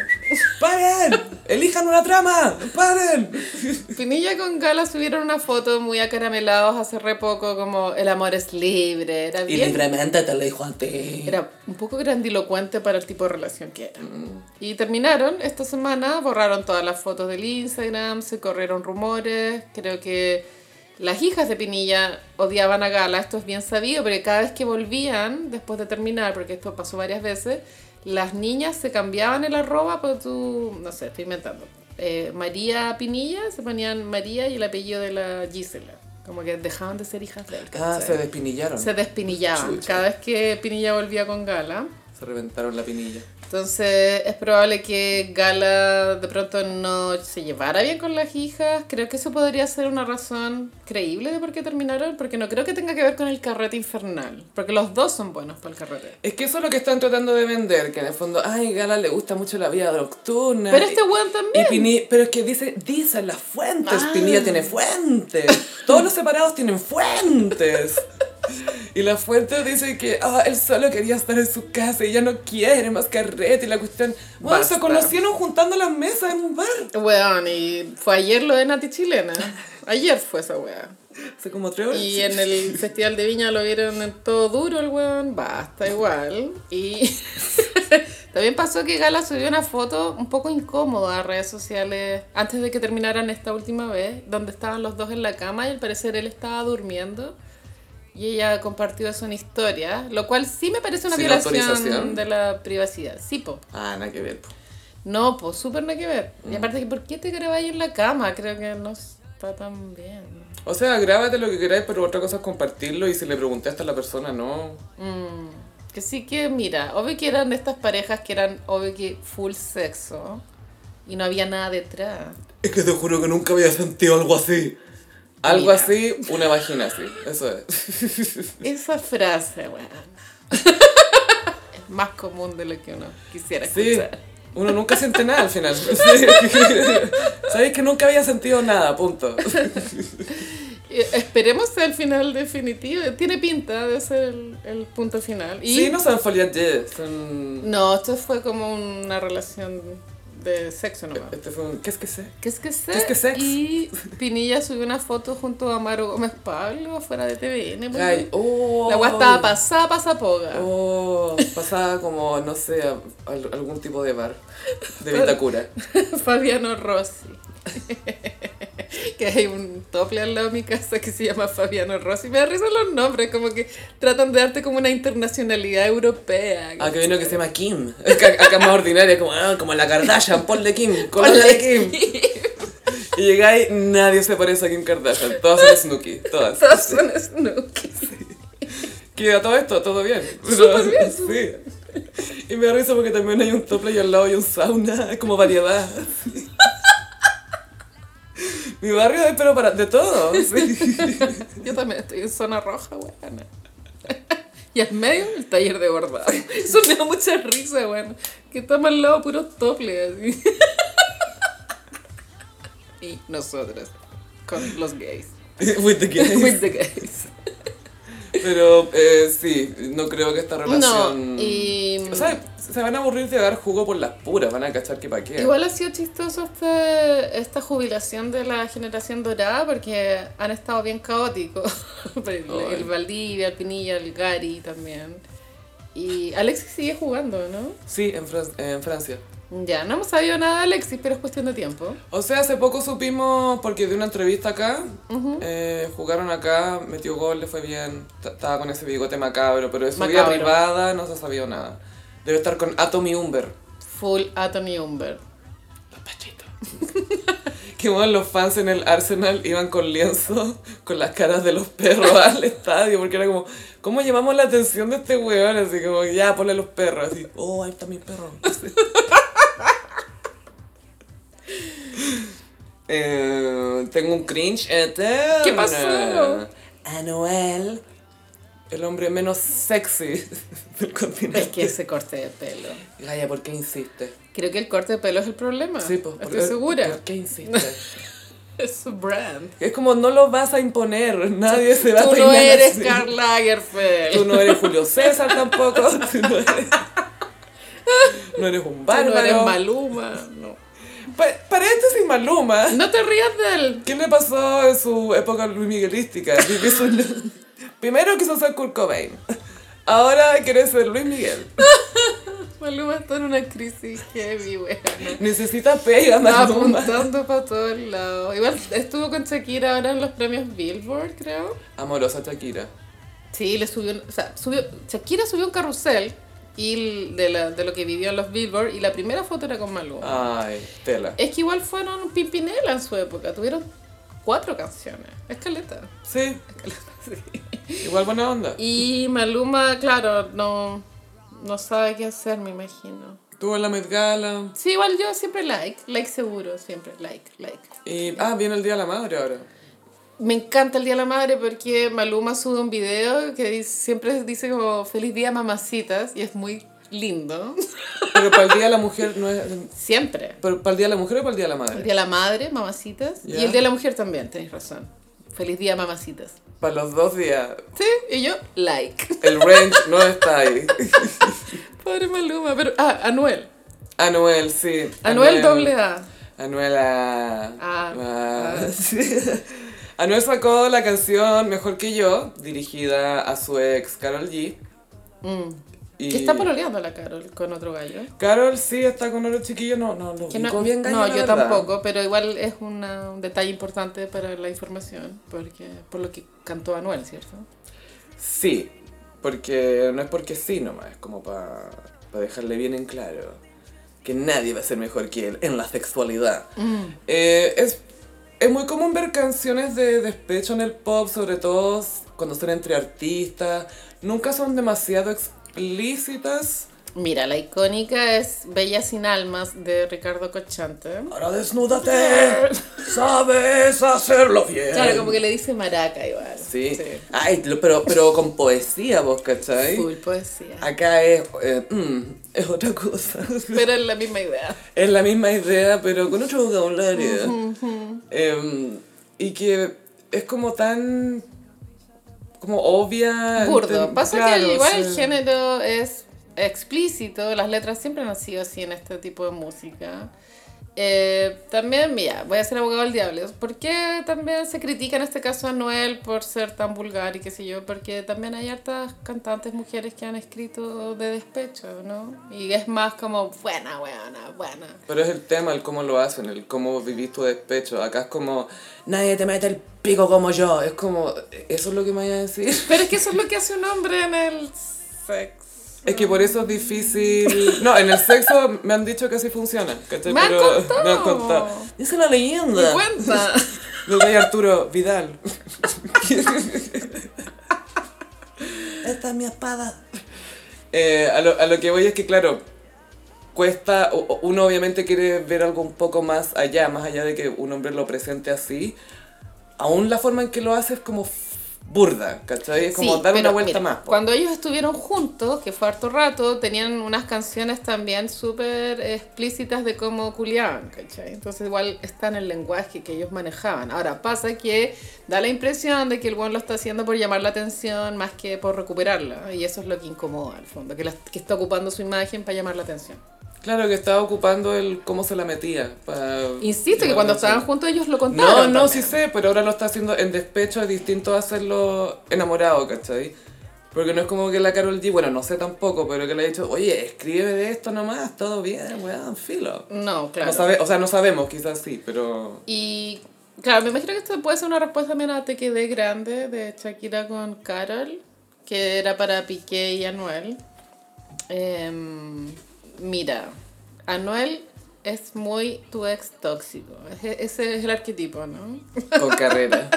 S1: ¡paren! ¡Elijan una trama! ¡Paren!
S2: Pinilla con Gala subieron una foto muy acaramelados hace re poco, como el amor es libre. Era bien
S1: libremente te lo dijo a ti.
S2: Era un poco grandilocuente para el tipo de relación que era. Y terminaron esta semana, borraron todas las fotos del Instagram, se corrieron rumores, creo que las hijas de Pinilla odiaban a Gala, esto es bien sabido, porque cada vez que volvían, después de terminar, porque esto pasó varias veces, las niñas se cambiaban el arroba por tu, no sé, estoy inventando. Eh, María Pinilla, se ponían María y el apellido de la Gisela. Como que dejaban de ser hijas de él.
S1: Ah,
S2: ¿cachai?
S1: se despinillaron.
S2: se
S1: Se,
S2: despinillaban
S1: Chucha.
S2: cada vez que Pinilla volvía con Gala.
S1: reventaron la pinilla.
S2: Entonces es probable que Gala de pronto no se llevara bien con las hijas. Creo que eso podría ser una razón creíble de por qué terminaron, porque no creo que tenga que ver con el carrete infernal, porque los dos son buenos para el carrete.
S1: Es que eso es lo que están tratando de vender, que en el fondo, ay, Gala le gusta mucho la vida nocturna.
S2: Pero este
S1: Y-
S2: weón
S1: y
S2: también.
S1: Pini- pero es que dice, dicen las fuentes,
S2: Ah.
S1: Pinilla tiene fuentes. Todos los separados tienen fuentes. Y la fuente dice que ah, él solo quería estar en su casa y ya no quiere más carrete y la cuestión. Bueno,
S2: Basta.
S1: se conocieron juntando las mesas en un bar.
S2: Weón, y fue ayer lo de Nati
S1: [LAUGHS]
S2: Chilena. Ayer fue esa weá.
S1: Hace como tres horas.
S2: Y en el Festival de Viña lo vieron en todo duro el weón, basta igual. Y [LAUGHS] también pasó que Gala subió una foto un poco incómoda a redes sociales antes de que terminaran esta última vez, donde estaban los dos en la cama y al parecer él estaba durmiendo. Y ella compartió eso en historia, lo cual sí me parece una
S1: Sin
S2: violación
S1: autorización.
S2: de la privacidad. Sí, po.
S1: Ah, nada que ver. po.
S2: No, pues súper nada que ver.
S1: Mm.
S2: Y aparte, que ¿por qué te grabáis en la cama? Creo que no está tan bien.
S1: O sea, grábate lo que queráis, pero otra cosa es compartirlo y si le preguntaste a la persona, no.
S2: Mm, que sí que, mira, obvio que eran de estas parejas que eran, obvio que full sexo. Y no había nada detrás.
S3: Es que te juro que nunca había sentido algo así.
S1: Algo
S2: Mira.
S1: así, una vagina así. Eso es.
S2: Esa frase, weón. [LAUGHS] es más común de lo que uno quisiera
S1: Sí.
S2: escuchar.
S1: Uno nunca siente nada al final. [LAUGHS] Sí. Sabéis que nunca había sentido nada, punto.
S2: Eh, Esperemos sea el final definitivo. Tiene pinta de ser el, el punto final. Y
S1: Sí, no son foliantes, son...
S2: no, esto fue como una relación de sexo nomás.
S1: Este fue un... ¿Qué es que sé?
S2: ¿Qué es que sé?
S1: ¿Qué es que sex?
S2: Y Pinilla subió una foto junto a Maro Gómez Pablo afuera de TVN. pues.
S1: Ay, oh,
S2: La weá estaba pasada, pasada poga.
S1: Oh, pasaba como, no sé, a- a algún tipo de bar de Vitacura.
S2: [LAUGHS] Fabiano Rossi. [LAUGHS] que hay un tople al lado de mi casa que se llama Fabiano Rossi. Me da risa los nombres, como que tratan de darte como una internacionalidad europea.
S1: Ah, que
S2: [LAUGHS]
S1: vino que se llama Kim. Acá, acá más ordinaria, como, ah, como la Kardashian, Paul de Kim, Colonia de Kim. Y llegáis, nadie se parece a Kim Kardashian. Todas son Snooki, todas.
S2: Todos son snookies.
S1: Que a todo esto, todo bien.
S2: Súper
S1: [LAUGHS]
S2: bien,
S1: Sí. Y me da risa porque también hay un tople y al lado hay un sauna, es como
S2: [LAUGHS]
S1: variedad. Mi barrio es pero para de todo.
S2: [LAUGHS]
S1: sí.
S2: [LAUGHS] Yo también estoy en zona roja, weón. [LAUGHS] Y al medio el taller de bordado. [LAUGHS] Eso me da mucha risa, weón. Que estamos al lado de puros toples así. [LAUGHS] Y nosotros, con los gays.
S1: [LAUGHS] With
S2: [LAUGHS]
S1: the gays.
S2: With the gays.
S1: [LAUGHS] Pero eh, sí, no creo que esta
S2: No,
S1: relación.
S2: y.
S1: O sea, se van a aburrir de dar jugo por las puras, van a cachar que pa' qué.
S2: Igual ha sido chistoso este, esta jubilación de la generación dorada porque han estado bien caóticos. [LAUGHS] Pero el, el Valdivia, el Pinilla, el Gary también. Y Alexis sigue jugando, ¿no?
S1: Sí, en, Fran- en Francia.
S2: Ya, no hemos sabido nada de Alexis, pero es cuestión de tiempo.
S1: O sea, hace poco supimos, porque de una entrevista acá, eh, jugaron acá, metió gol, le fue bien, t- estaba con ese bigote macabro, pero de su vida
S2: Macabro.
S1: privada no se ha sabido nada. Debe estar con Atomy Umber.
S2: Full Atomy Umber.
S1: Las Pachito. que bueno, los fans en el Arsenal iban con lienzo, con las caras de los perros [LAUGHS] al estadio, porque era como, ¿cómo llamamos la atención de este weón? Así como, ya, ponle los perros, así, oh, ahí está mi perro. [LAUGHS] Eh, tengo un cringe eterno.
S2: ¿Qué pasó?
S1: Anuel, el hombre menos sexy [LAUGHS] del continente.
S2: Es que ese corte de pelo.
S1: Gaya, ¿por qué insiste?
S2: Creo que el corte de pelo es el problema.
S1: Sí, pues, ¿por
S2: Estoy
S1: qué-
S2: segura.
S1: ¿Por qué insiste?
S2: Es su brand.
S1: Es como no lo vas a imponer, [LAUGHS] nadie se va a
S2: Tú no
S1: peinar
S2: eres
S1: así.
S2: Karl Lagerfeld.
S1: Tú no eres Julio César tampoco. [LAUGHS] Tú no eres, no eres un
S2: Tú
S1: bárbaro.
S2: no eres Maluma. No.
S1: Pa- paréntesis Maluma.
S2: No te rías de él.
S1: ¿Qué le pasó en su época Luis [LAUGHS] Miguelística? Vivió su- Primero quiso ser Kurt Cobain. Ahora quiere ser Luis Miguel.
S2: Maluma está en una crisis heavy, weón.
S1: Necesita pega,
S2: Está
S1: Maluma.
S2: apuntando para todos lados. Igual estuvo con Shakira ahora en los premios Billboard, creo.
S1: Amorosa Shakira.
S2: Sí, le subió, un- o sea, subió, Shakira subió un carrusel y l- de, la- de lo que vivió en los Billboard y la primera foto era con
S1: Ah.
S2: Maluma.
S1: Ay, tela.
S2: Es que igual fueron Pimpinela en su época, tuvieron cuatro canciones, escaleta.
S1: Sí, igual buena onda.
S2: Y Maluma, claro, no, no sabe qué hacer, me imagino.
S1: Tuvo la Met Gala.
S2: Sí, igual yo siempre like, like seguro, siempre, like, like.
S1: Y, ah, viene el Día de la Madre ahora.
S2: Me encanta el Día de la Madre porque Maluma sube un video que dice- siempre dice como feliz día mamacitas y es muy lindo. [LAUGHS]
S1: Pero para el Día de la Mujer no es...
S2: Siempre.
S1: Pero para el Día de la Mujer o para el Día de la
S2: El
S1: Madre.
S2: Día de la Madre, mamacitas.
S1: Ya.
S2: Y el Día de la Mujer también, tenéis razón. Feliz día mamacitas.
S1: Para los dos días.
S2: Sí, y yo like. [LAUGHS]
S1: El range no está ahí.
S2: Pobre Maluma, pero... Ah, Anuel.
S1: Anuel, sí.
S2: Anuel doble A.
S1: Anuela.
S2: Ah.
S1: Ah. [LAUGHS] Anuel sacó la canción Mejor que yo, dirigida a su ex Carol G.
S2: Mm.
S1: Y
S2: Que está pololeando la Carol con otro gallo.
S1: Carol sí está con otro chiquillo, no, no, lo
S2: Que
S1: ubico
S2: no,
S1: bien gallo,
S2: no,
S1: la
S2: yo
S1: verdad.
S2: tampoco, pero igual es una- un detalle importante para la información, porque por lo que cantó Anuel, ¿cierto?
S1: Sí, porque no es porque sí nomás, es como para dejarle bien en claro que nadie va a ser mejor que él en la sexualidad.
S2: Mm.
S1: Eh, es, es muy común ver canciones de despecho en el pop, sobre todo cuando son entre artistas. Nunca son demasiado explícitas.
S2: Mira, la icónica es Bella sin almas de Ricardo Cochante.
S3: Ahora desnúdate,
S2: [LAUGHS]
S3: sabes hacerlo bien.
S2: Claro, como que le dice maraca igual.
S1: Sí. Ay, lo- pero, pero con poesía, vos, ¿cachai?
S2: Full poesía.
S1: Acá es, eh, mm, es otra cosa.
S2: [LAUGHS] Pero es la misma idea.
S1: Es la misma idea, pero con otro vocabulario. Em, y que es como tan. como obvia.
S2: Burdo.
S1: enten-
S2: Pasa
S1: claro,
S2: que igual
S1: sí.
S2: el género es explícito, las letras siempre han sido así en este tipo de música. Eh, también, mira, voy a ser abogado del diablo. ¿Por qué también se critica en este caso a Noel por ser tan vulgar y qué sé yo? Porque también hay hartas cantantes mujeres que han escrito de despecho, ¿no? Y es más como, buena, buena, buena.
S1: Pero es el tema, el cómo lo hacen, el cómo vivís tu despecho. Acá es como. nadie te mete el pico como yo. Es como. eso es lo que me vaya a decir.
S2: Pero es que eso es lo que hace un hombre
S1: [LAUGHS]
S2: en el sexo.
S1: Es que por eso es difícil. No, en el sexo me han dicho que así funciona. ¿cachai?
S2: Me han
S1: Pero-
S2: contado.
S1: Me han contado. Dice la leyenda.
S2: Cuenta.
S1: Del rey Arturo Vidal.
S3: Esta es mi espada.
S1: Eh, a, lo, a lo que voy es que, claro, cuesta, o- o- uno obviamente quiere ver algo un poco más allá, más allá de que un hombre lo presente así, aún la forma en que lo hace es como f- burda, ¿cachai? Es como
S2: Sí,
S1: dar una
S2: pero
S1: vuelta
S2: mira,
S1: más. po.
S2: Cuando ellos estuvieron juntos, que fue harto rato, tenían unas canciones también súper explícitas de cómo culiaban, ¿cachai? Entonces igual está en el lenguaje que ellos manejaban. Ahora pasa que da la impresión de que el buen lo está haciendo por llamar la atención más que por recuperarla. Y eso es lo que incomoda al fondo, que, la- que está ocupando su imagen para llamar la atención.
S1: Claro que estaba ocupando el cómo se la metía. pa-
S2: Insisto que
S1: para
S2: cuando
S1: decir.
S2: estaban juntos ellos lo contaron.
S1: No, no, sí
S2: también.
S1: sé, pero ahora lo está haciendo en despecho, es distinto a hacerlo enamorado, ¿cachai? Porque no es como que la Carol G, bueno, no sé tampoco, pero que le ha dicho, oye, escribe de esto nomás, todo bien, weón, filo.
S2: No, claro.
S1: No sabe, o sea, no sabemos, quizás sí,
S2: [LAUGHS]
S1: pero...
S2: Y claro, me imagino que esto puede ser una respuesta también a Te quedé grande de Shakira con Carol, que era para Piqué y Anuel. Em, mira, Anuel es muy tu ex tóxico. Ese ese es el arquetipo, ¿no?
S1: Con carrera.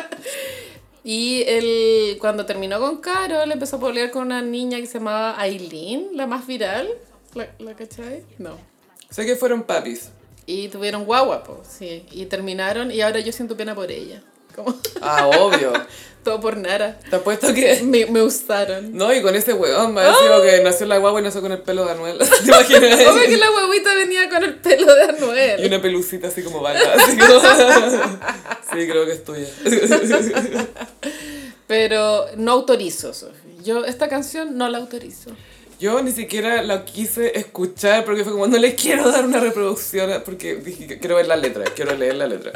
S2: Y él, cuando terminó con Caro, él empezó a pelear con una niña que se llamaba Aileen, la más viral. ¿La, la cachai? No.
S1: sé que fueron papis.
S2: Y tuvieron guagua, po, sí. Y terminaron, y ahora yo siento pena por ella. Como, [LAUGHS]
S1: Ah, obvio.
S2: todo por Nara.
S1: Te apuesto que...
S2: Me, me
S1: [LAUGHS]
S2: gustaron.
S1: No, y con ese weón, me ha dicho que nació la guagua y nació con el pelo de Anuel. [LAUGHS] ¿Te imaginas?
S2: Obvio que la guaguita venía con el pelo de Anuel.
S1: Y una pelucita así como bala. así
S2: [LAUGHS]
S1: como- Sí, creo que es tuya.
S2: Pero no autorizo, Sofi. Yo esta canción no la autorizo.
S1: Yo ni siquiera la quise escuchar porque fue como, no le quiero dar una reproducción porque dije, que quiero ver la letra, quiero leer la letra.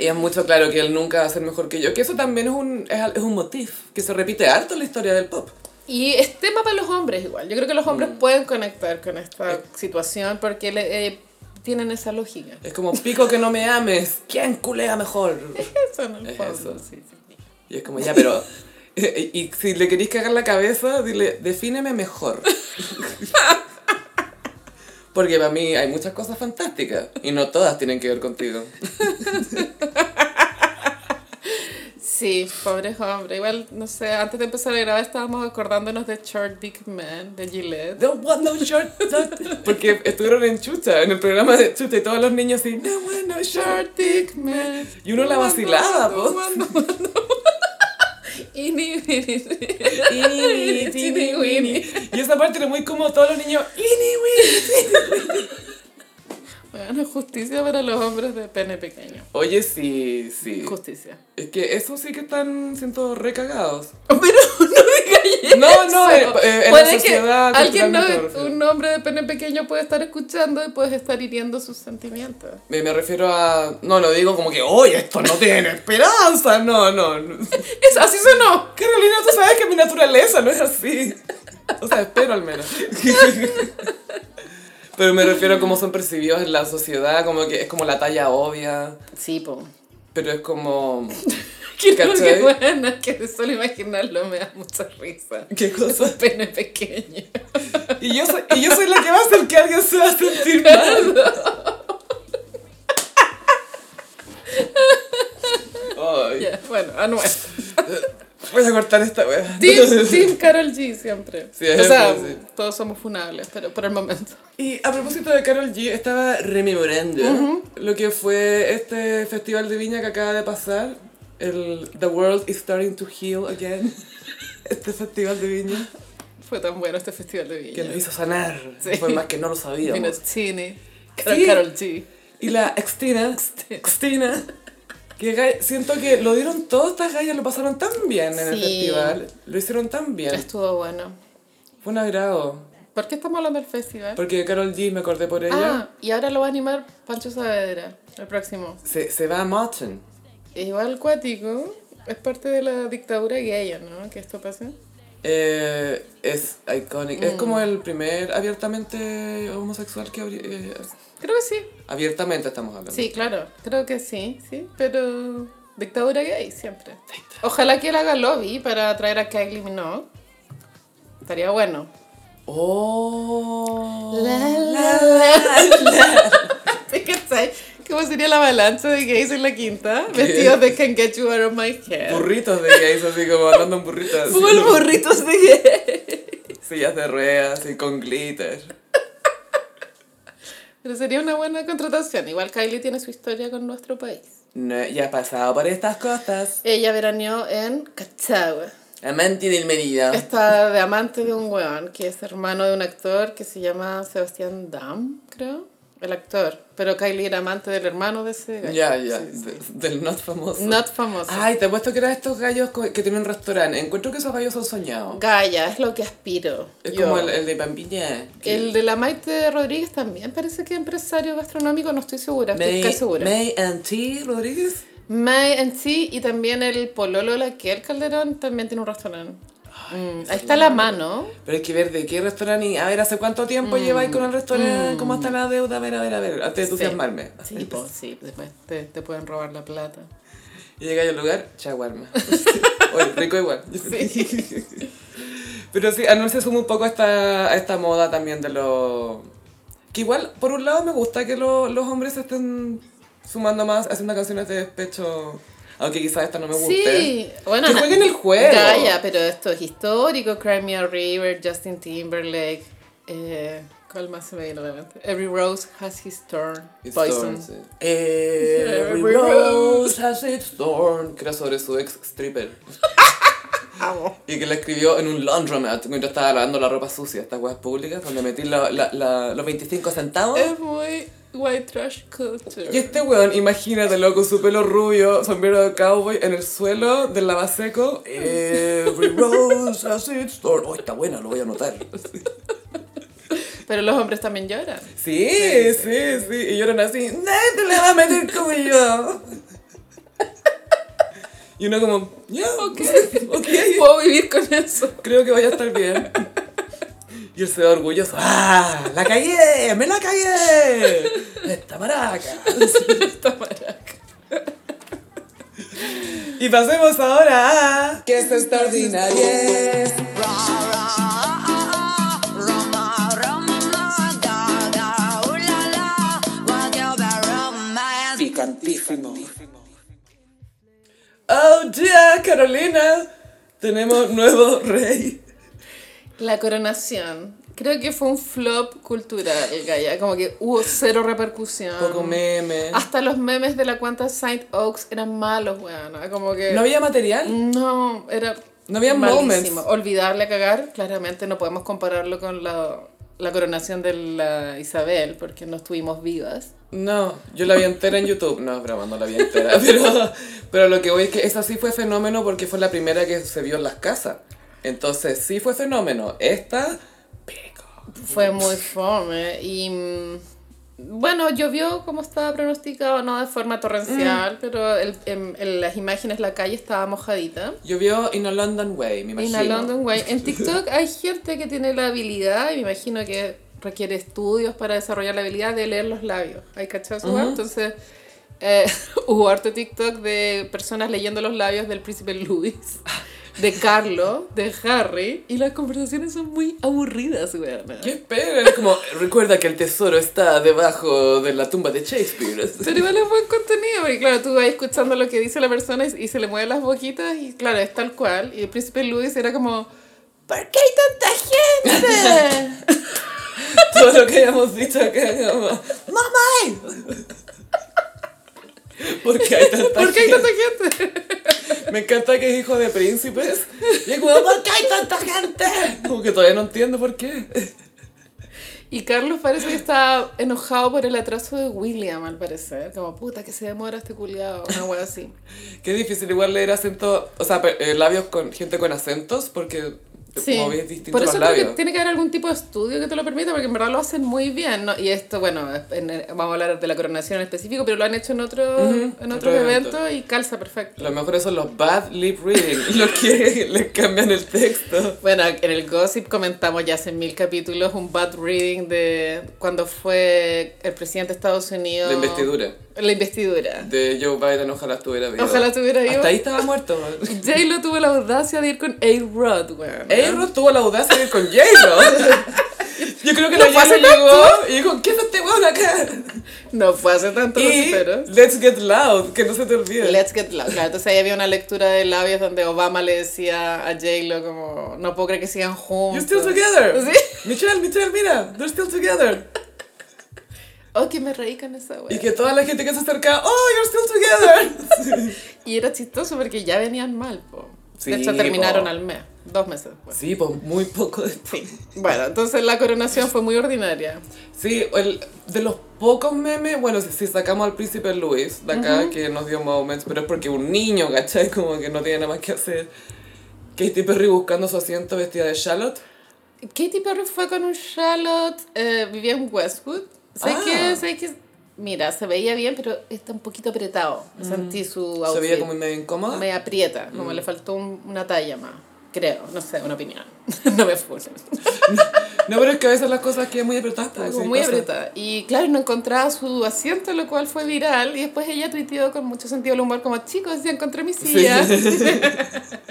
S1: Y es mucho claro que él nunca va a ser mejor que yo, que eso también es un, es, al- es un motif, que se repite harto en la historia del pop.
S2: Y es tema para los hombres igual. Yo creo que los hombres pueden conectar con esta situación porque le- eh, tienen esa lógica.
S1: Es como, pico que no me ames, ¿quién culea mejor?
S2: Eso en el
S1: Es
S2: fondo,
S1: eso.
S2: sí, sí.
S1: Y es como, ya, pero... eh, Y, y si le queréis cagar la cabeza, dile, defíneme mejor. Porque para mí hay muchas cosas fantásticas y no todas tienen que ver contigo.
S2: Sí, pobres hombres. Igual, no sé, antes de empezar a grabar estábamos acordándonos de Short Dick Man, de Gillette.
S1: Don't want no short. [LAUGHS] Porque estuvieron en Chucha, en el programa de Chucha, y todos los niños así, no want no
S2: [LAUGHS]
S1: short.
S2: Short Dick Man.
S1: Y uno la vacilaba, po.
S2: [LAUGHS] Y ni- ni- ni-
S1: Ini, tini, wini. Y esa parte era muy como todos los niños, ini, wini.
S2: Bueno, justicia para los hombres de pene pequeño.
S1: Oye, sí, sí.
S2: Justicia.
S1: Es que eso sí que están siendo
S2: [LAUGHS]
S1: recagados.
S2: Pero
S1: [LAUGHS]
S2: no diga
S1: No, no, eh, eh, en la
S2: Puede que
S1: sociedad.
S2: alguien no,
S1: culturalmente me refiero.
S2: un hombre de pene pequeño puede estar escuchando y puedes estar hiriendo sus sentimientos.
S1: Me, me refiero a. No, no digo como que, oye, esto no tiene esperanza. No, no. no.
S2: Es, así sonó.
S1: Carolina, tú sabes que mi naturaleza no es así. O sea, espero al menos. [LAUGHS] Pero me refiero a cómo son percibidos en la sociedad, como que es como la talla obvia,
S2: Sí, po.
S1: pero es como...
S2: Quiero
S1: ¿Cachai?
S2: que bueno, es que de solo imaginarlo me da mucha
S1: [LAUGHS]
S2: risa.
S1: ¿Qué cosa?
S2: Pene pequeño.
S1: Y yo soy, y yo soy la que va a hacer que alguien se va a sentir mal. Ay,
S2: [LAUGHS] Ya, bueno, Anuel.
S1: Voy a cortar esta wea.
S2: Team, team Carol G siempre.
S1: Siempre,
S2: o sea,
S1: sí.
S2: todos somos funables, pero por el momento. [LAUGHS]
S1: Y a propósito de Carol G, estaba rememorando lo que fue este festival de viña que acaba de pasar, el The World is Starting to Heal Again.
S2: [LAUGHS]
S1: Este festival de viña
S2: Fue tan bueno este festival de
S1: que nos
S2: Viña.
S1: hizo sanar,
S2: Sí.
S1: fue más que no lo sabíamos.
S2: Minottini, Carol,
S1: Sí.
S2: Carol G.
S1: Y la Extina, Extina, que ga- siento que lo dieron todas estas gallas, lo pasaron tan bien en el
S2: Sí.
S1: festival, lo hicieron tan bien.
S2: Estuvo bueno.
S1: Fue un agrado,
S2: ¿Por qué estamos hablando del festival?
S1: porque Carol G, me acordé por ella,
S2: Ah, y ahora lo va a animar Pancho Saavedra, el próximo.
S1: se, se va a Martin.
S2: Igual cuático, es parte de la dictadura gay, ¿no? Que esto pase.
S1: Eh, es icónico. Es
S2: Mm.
S1: como el primer abiertamente homosexual que abri- eh,
S2: Creo que sí.
S1: abiertamente estamos hablando.
S2: Sí, claro, creo que sí, sí, pero dictadura gay siempre. Ojalá que él haga lobby para traer a Kylie Minogue. Estaría bueno.
S1: Oh.
S2: [LAUGHS] ¿Te cachai? ¿Cómo sería la balanza de gays en la quinta? Vestidos de Can Get You Out of My Head.
S1: Burritos de gays, así como hablando en burritos.
S2: Full burritos de gays.
S1: Sillas de ruedas y con glitter.
S2: Pero sería una buena contratación. Igual Kylie tiene su historia con nuestro país.
S1: No, ya he pasado por estas costas.
S2: Ella veraneó en Cachagua.
S1: Amante del marido.
S2: Está de amante de un weón que es hermano de un actor que se llama Sebastián Dam, creo. El actor. Pero Kylie era amante del hermano de ese gallo.
S1: Ya, ya.
S2: Sí, sí.
S1: de- Del not famoso.
S2: Not famoso.
S1: Ay, te apuesto que eran estos gallos co- que tienen un restaurante. Encuentro que esos gallos son soñados.
S2: Gaia, es lo que aspiro.
S1: Es
S2: yo.
S1: como el, el de Pampilla.
S2: El de la Maite Rodríguez también parece que empresario gastronómico, no estoy segura, estoy
S1: May,
S2: casi segura. May,
S1: May and T. Rodríguez.
S2: and sí, y también el pololo de la Kier Calderón también tiene un restaurante. Mm, ahí está
S1: [LAUGHS]
S2: la mano.
S1: Pero hay que ver de qué restaurante y a ver hace cuánto tiempo lleváis con el restaurante, cómo está la deuda, a ver, a ver, a ver, antes de entusiasmarme.
S2: Mm. Sí, sí, po, sí, después te, te pueden robar la plata.
S1: Y llegáis al lugar,
S2: [LAUGHS]
S1: chaguarma. [LAUGHS] Oye, rico igual. Pero sí, Anuel se suma un poco a esta, a esta moda también de los Que igual, por un lado, me gusta que lo- los hombres se estén sumando más haciendo canciones de despecho. Aunque quizás esta no me guste.
S2: Sí, bueno.
S1: Que
S2: na-
S1: jueguen el juego.
S2: Ya, ya, pero esto es histórico. Crimea River, Justin Timberlake. Eh, ¿Cuál más se me viene a la mente? Every Rose has his thorn.
S1: It's
S2: Poison.
S1: Thorn, sí. Every
S2: Every
S1: rose has its thorn. Que era sobre su ex stripper. Y que la escribió en un laundromat mientras estaba lavando la ropa sucia, estas weas públicas, donde metí la- la- la- los 25 centavos.
S2: Es muy white trash culture.
S1: Y este weón, imagínate, loco, su pelo rubio, sombrero de cowboy en el suelo del lavaseco.
S3: Every rose has its thorn. Oh, está buena, lo voy a anotar.
S2: Pero los hombres también lloran.
S1: Sí, sí, sí, Y lloran así, nadie te la va a meter como yo. [LAUGHS] Y uno como, ya, ok, ok,
S2: Puedo vivir con eso.
S1: creo que vaya a estar bien. Y él se ve orgulloso, ¡ah! ¡La cagué! ¡Me la cagué! ¡Esta [LAUGHS] maraca!
S2: Esta maraca.
S1: Y pasemos ahora a... ¿Qué es extraordinario?
S3: Picantísimo.
S1: ¡Oh, yeah, Carolina! Tenemos nuevo rey.
S2: La coronación. Creo que fue un flop cultural, Gaia. Como que hubo cero repercusión.
S1: Poco meme.
S2: Hasta los memes de la cuenta Saint Oaks eran malos, weón. Como que.
S1: ¿No había material?
S2: No, era.
S1: No había moments.
S2: Olvidarle a cagar, claramente no podemos compararlo con la, la coronación de la Isabel, porque no estuvimos vivas.
S1: No, yo la vi entera en YouTube. No, es broma, no la vi entera. [LAUGHS] Pero, pero lo que voy es que esa sí fue fenómeno porque fue la primera que se vio en las casas. Entonces, sí fue fenómeno. Esta,
S2: Fue muy fome. Y. mm, Bueno, llovió como estaba pronosticado, no de forma
S1: Mm.
S2: torrencial, pero el- en, en las imágenes la calle estaba mojadita.
S1: llovió in a London way, me
S2: En
S1: imagino.
S2: a London Way. En TikTok hay gente que tiene la habilidad, y me imagino que requiere estudios para desarrollar la habilidad de leer los labios. ¿Hay cachado eso? Entonces, eh, [LAUGHS] hubo harto TikTok de personas leyendo los labios del príncipe Luis, de Carlo, de Harry, y las conversaciones son muy aburridas, weona.
S1: ¿Qué esperan? Es como, recuerda que el tesoro está debajo de la tumba de Shakespeare. [LAUGHS]
S2: Pero igual es buen contenido, porque claro, tú vas escuchando lo que dice la persona y y se le mueven las boquitas y claro, es tal cual. Y el príncipe Luis era como, ¿por qué hay tanta gente?
S1: Todo lo que habíamos dicho acá, como, ¡Mamá! eh". [LAUGHS] ¿Por qué hay tanta
S2: ¿Por qué hay
S1: gente?
S2: tanta gente?
S1: Me encanta que es hijo de príncipes. Y es como, ¿por qué hay tanta gente? Como que todavía no entiendo por qué.
S2: Y Carlos parece que está enojado por el atraso de William, al parecer. Como, puta, que se demora este culiado. Una wea así.
S1: Qué difícil igual leer acento, o sea, pe- eh, labios con gente con acentos, porque
S2: Sí.
S1: como ves distintos
S2: Por eso
S1: los
S2: creo que
S1: labios.
S2: tiene que haber algún tipo de estudio que te lo permita, porque en verdad lo hacen muy bien. ¿no? Y esto, bueno, en el- vamos a hablar de la coronación en específico, pero lo han hecho en, otro, en
S1: otro
S2: otros
S1: evento.
S2: eventos y calza perfecto.
S1: Lo mejor son los bad lip reading, los que [LAUGHS] les cambian el texto.
S2: Bueno, en el Gossip comentamos ya hace mil capítulos un bad reading de cuando fue el presidente de Estados Unidos.
S1: La investidura
S2: La investidura.
S1: de Joe Biden, ojalá estuviera vivo.
S2: Ojalá estuviera vivo.
S1: Hasta ahí estaba
S2: [LAUGHS]
S1: muerto.
S2: J-Lo tuvo la audacia de ir con A-Rod, weón.
S1: Aero tuvo la audacia de ir con
S2: [LAUGHS]
S1: J-Lo. Yo creo que la
S2: No
S1: J-Lo
S2: fue hace
S1: llegó y dijo, ¿qué es este weón acá?
S2: No fue hace tanto, no sé,
S1: Y
S2: pero...
S1: Let's Get Loud, que no se te olvide.
S2: Let's get loud. Claro, entonces ahí había una lectura de labios donde Obama le decía a J-Lo como, no puedo creer que sigan
S1: You're
S2: juntos.
S1: still together.
S2: Sí.
S1: Michelle, Michelle, mira, they're still together.
S2: Oh, que me reí con esa
S1: Y
S2: weón.
S1: que toda la gente que se acerca, oh, you're still together.
S2: [LAUGHS] Y era chistoso porque ya venían mal, po.
S1: Sí,
S2: de hecho, terminaron
S1: po.
S2: al mes, dos meses después.
S1: Sí, pues muy poco después.
S2: Sí. Bueno, entonces la coronación fue muy ordinaria.
S1: Sí, el, de los pocos memes, bueno, si, si sacamos al príncipe Luis de acá, que nos dio moments, pero es porque un niño, ¿cachai? Como que no tiene nada más que hacer. Katy Perry buscando su asiento vestida de Charlotte.
S2: Katy Perry fue con un Charlotte, eh, vivía en Westwood. Sé
S1: Ah.
S2: que, sé que, mira, se veía bien, pero está un poquito apretado. Sentí su outfit.
S1: Mm. Se veía como Mm. medio incómoda.
S2: Me aprieta, como le faltó un- una talla más. Creo, no sé, una opinión. [LAUGHS] no me funes.
S1: No, pero es que a veces las cosas quedan muy apretadas. pues,
S2: Como
S1: sí,
S2: muy
S1: pasa.
S2: apretada. Y claro, no encontraba su asiento, lo cual
S1: [LAUGHS]
S2: fue viral. Y después ella tuiteó con mucho sentido del humor, como chicos, ya encontré mi
S1: Sí.
S2: silla.
S1: [LAUGHS]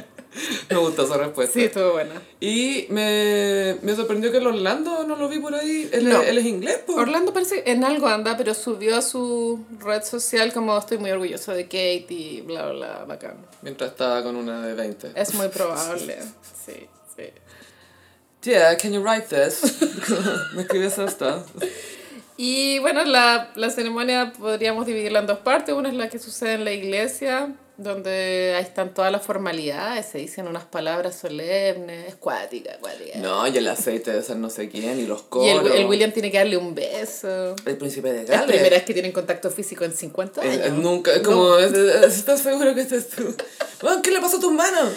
S1: Me gustó esa respuesta.
S2: Sí, estuvo buena.
S1: Y me, me sorprendió que el Orlando no lo vi por ahí. Él,
S2: No.
S1: es, él es inglés, po.
S2: Orlando parece que en algo anda, pero subió a su red social como estoy muy orgulloso de Kate y bla, bla, bla, bacán.
S1: Mientras estaba con una de 20.
S2: Es muy
S1: [LAUGHS]
S2: probable. Sí, sí.
S1: Yeah, can you write this? [LAUGHS] me escribes esta.
S2: Y bueno, la, la ceremonia podríamos dividirla en dos partes. Una es la que sucede en la iglesia, donde ahí están todas las formalidades, se dicen unas palabras solemnes, es cuática, cuática.
S1: No, y el aceite de ser no sé quién, y los
S2: y el,
S1: coros.
S2: el William tiene que darle un beso.
S1: El príncipe de
S2: Es la
S1: Gales.
S2: primera vez que tienen contacto físico en 50
S1: Eh,
S2: años.
S1: eh, nunca, es como, es- es- es- ¿estás seguro que este es tú? Bueno, ¿Qué le pasó a tus manos?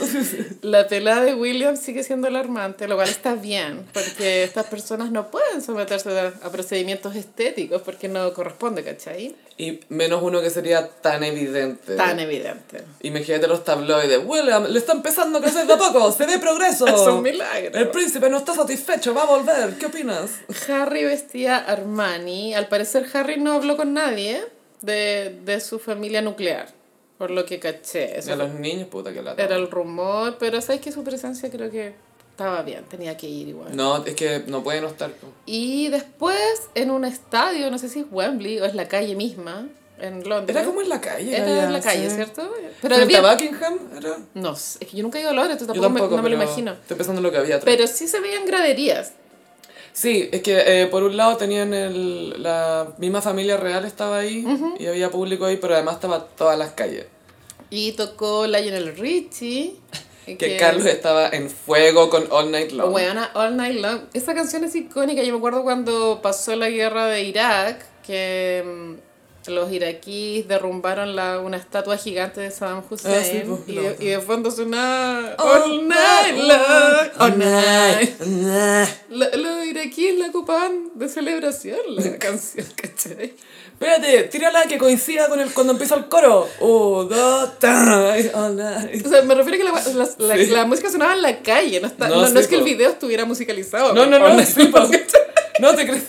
S2: La pelada de William sigue siendo alarmante, lo cual está bien, porque estas personas no pueden someterse a, a procedimientos estéticos porque no corresponde, ¿cachai?
S1: [LAUGHS] Y menos uno que sería tan evidente.
S2: Tan evidente.
S1: Imagínate los tabloides. William, le está empezando a crecer de a poco, se ve [LAUGHS] progreso.
S2: Es un milagro.
S1: El príncipe no está satisfecho, va a volver. ¿Qué opinas?
S2: Harry vestía Armani. Al parecer Harry no habló con nadie de, de su familia nuclear, por lo que caché. Eso
S1: a los niños, puta que la
S2: era el rumor, pero sabes que su presencia creo que estaba bien, tenía que ir igual.
S1: No, es que no puede no estar. po.
S2: Y después en un estadio, no sé si es Wembley o es la calle misma, en Londres.
S1: Era como en la calle.
S2: Era
S1: Gaya,
S2: en la calle,
S1: sí.
S2: ¿cierto? Pero
S1: ¿Frente
S2: había-
S1: a Buckingham era?
S2: No, sé, es que yo nunca he ido a Londres, entonces
S1: Yo
S2: tampoco, me-
S1: tampoco,
S2: no me lo
S1: pero
S2: imagino.
S1: Estoy pensando en lo que había atrás.
S2: Pero sí se veían graderías.
S1: Sí, es que eh, por un lado tenían el, la misma familia real estaba ahí y había público ahí, pero además estaba todas las calles.
S2: Y tocó
S1: [LAUGHS]
S2: Lionel Richie.
S1: Que, Carlos estaba en fuego con All Night Long.
S2: Weona, All Night Long. Esa canción es icónica. Yo me acuerdo cuando pasó la guerra de Irak, que mm, los iraquíes derrumbaron la, una estatua gigante de Saddam Hussein.
S1: Ah, sí, pues,
S2: y,
S1: la otra.
S2: y de fondo sonaba All Night Long. All Night. La- los iraquíes la ocupaban de celebración,
S1: [LAUGHS]
S2: la canción, ¿cachai?
S1: Espérate, tírala que coincida con el cuando empieza el coro. Oh, dos, tres, All Night.
S2: O sea, me refiero a que la, la- la-
S1: Sí.
S2: la música sonaba en la calle, no, está-
S1: No,
S2: no, no
S1: sí,
S2: es que el
S1: po.
S2: video estuviera musicalizado.
S1: No, no,
S2: All
S1: no,
S2: [LAUGHS] Night
S1: sí,
S2: Long.
S1: pues, no te crees.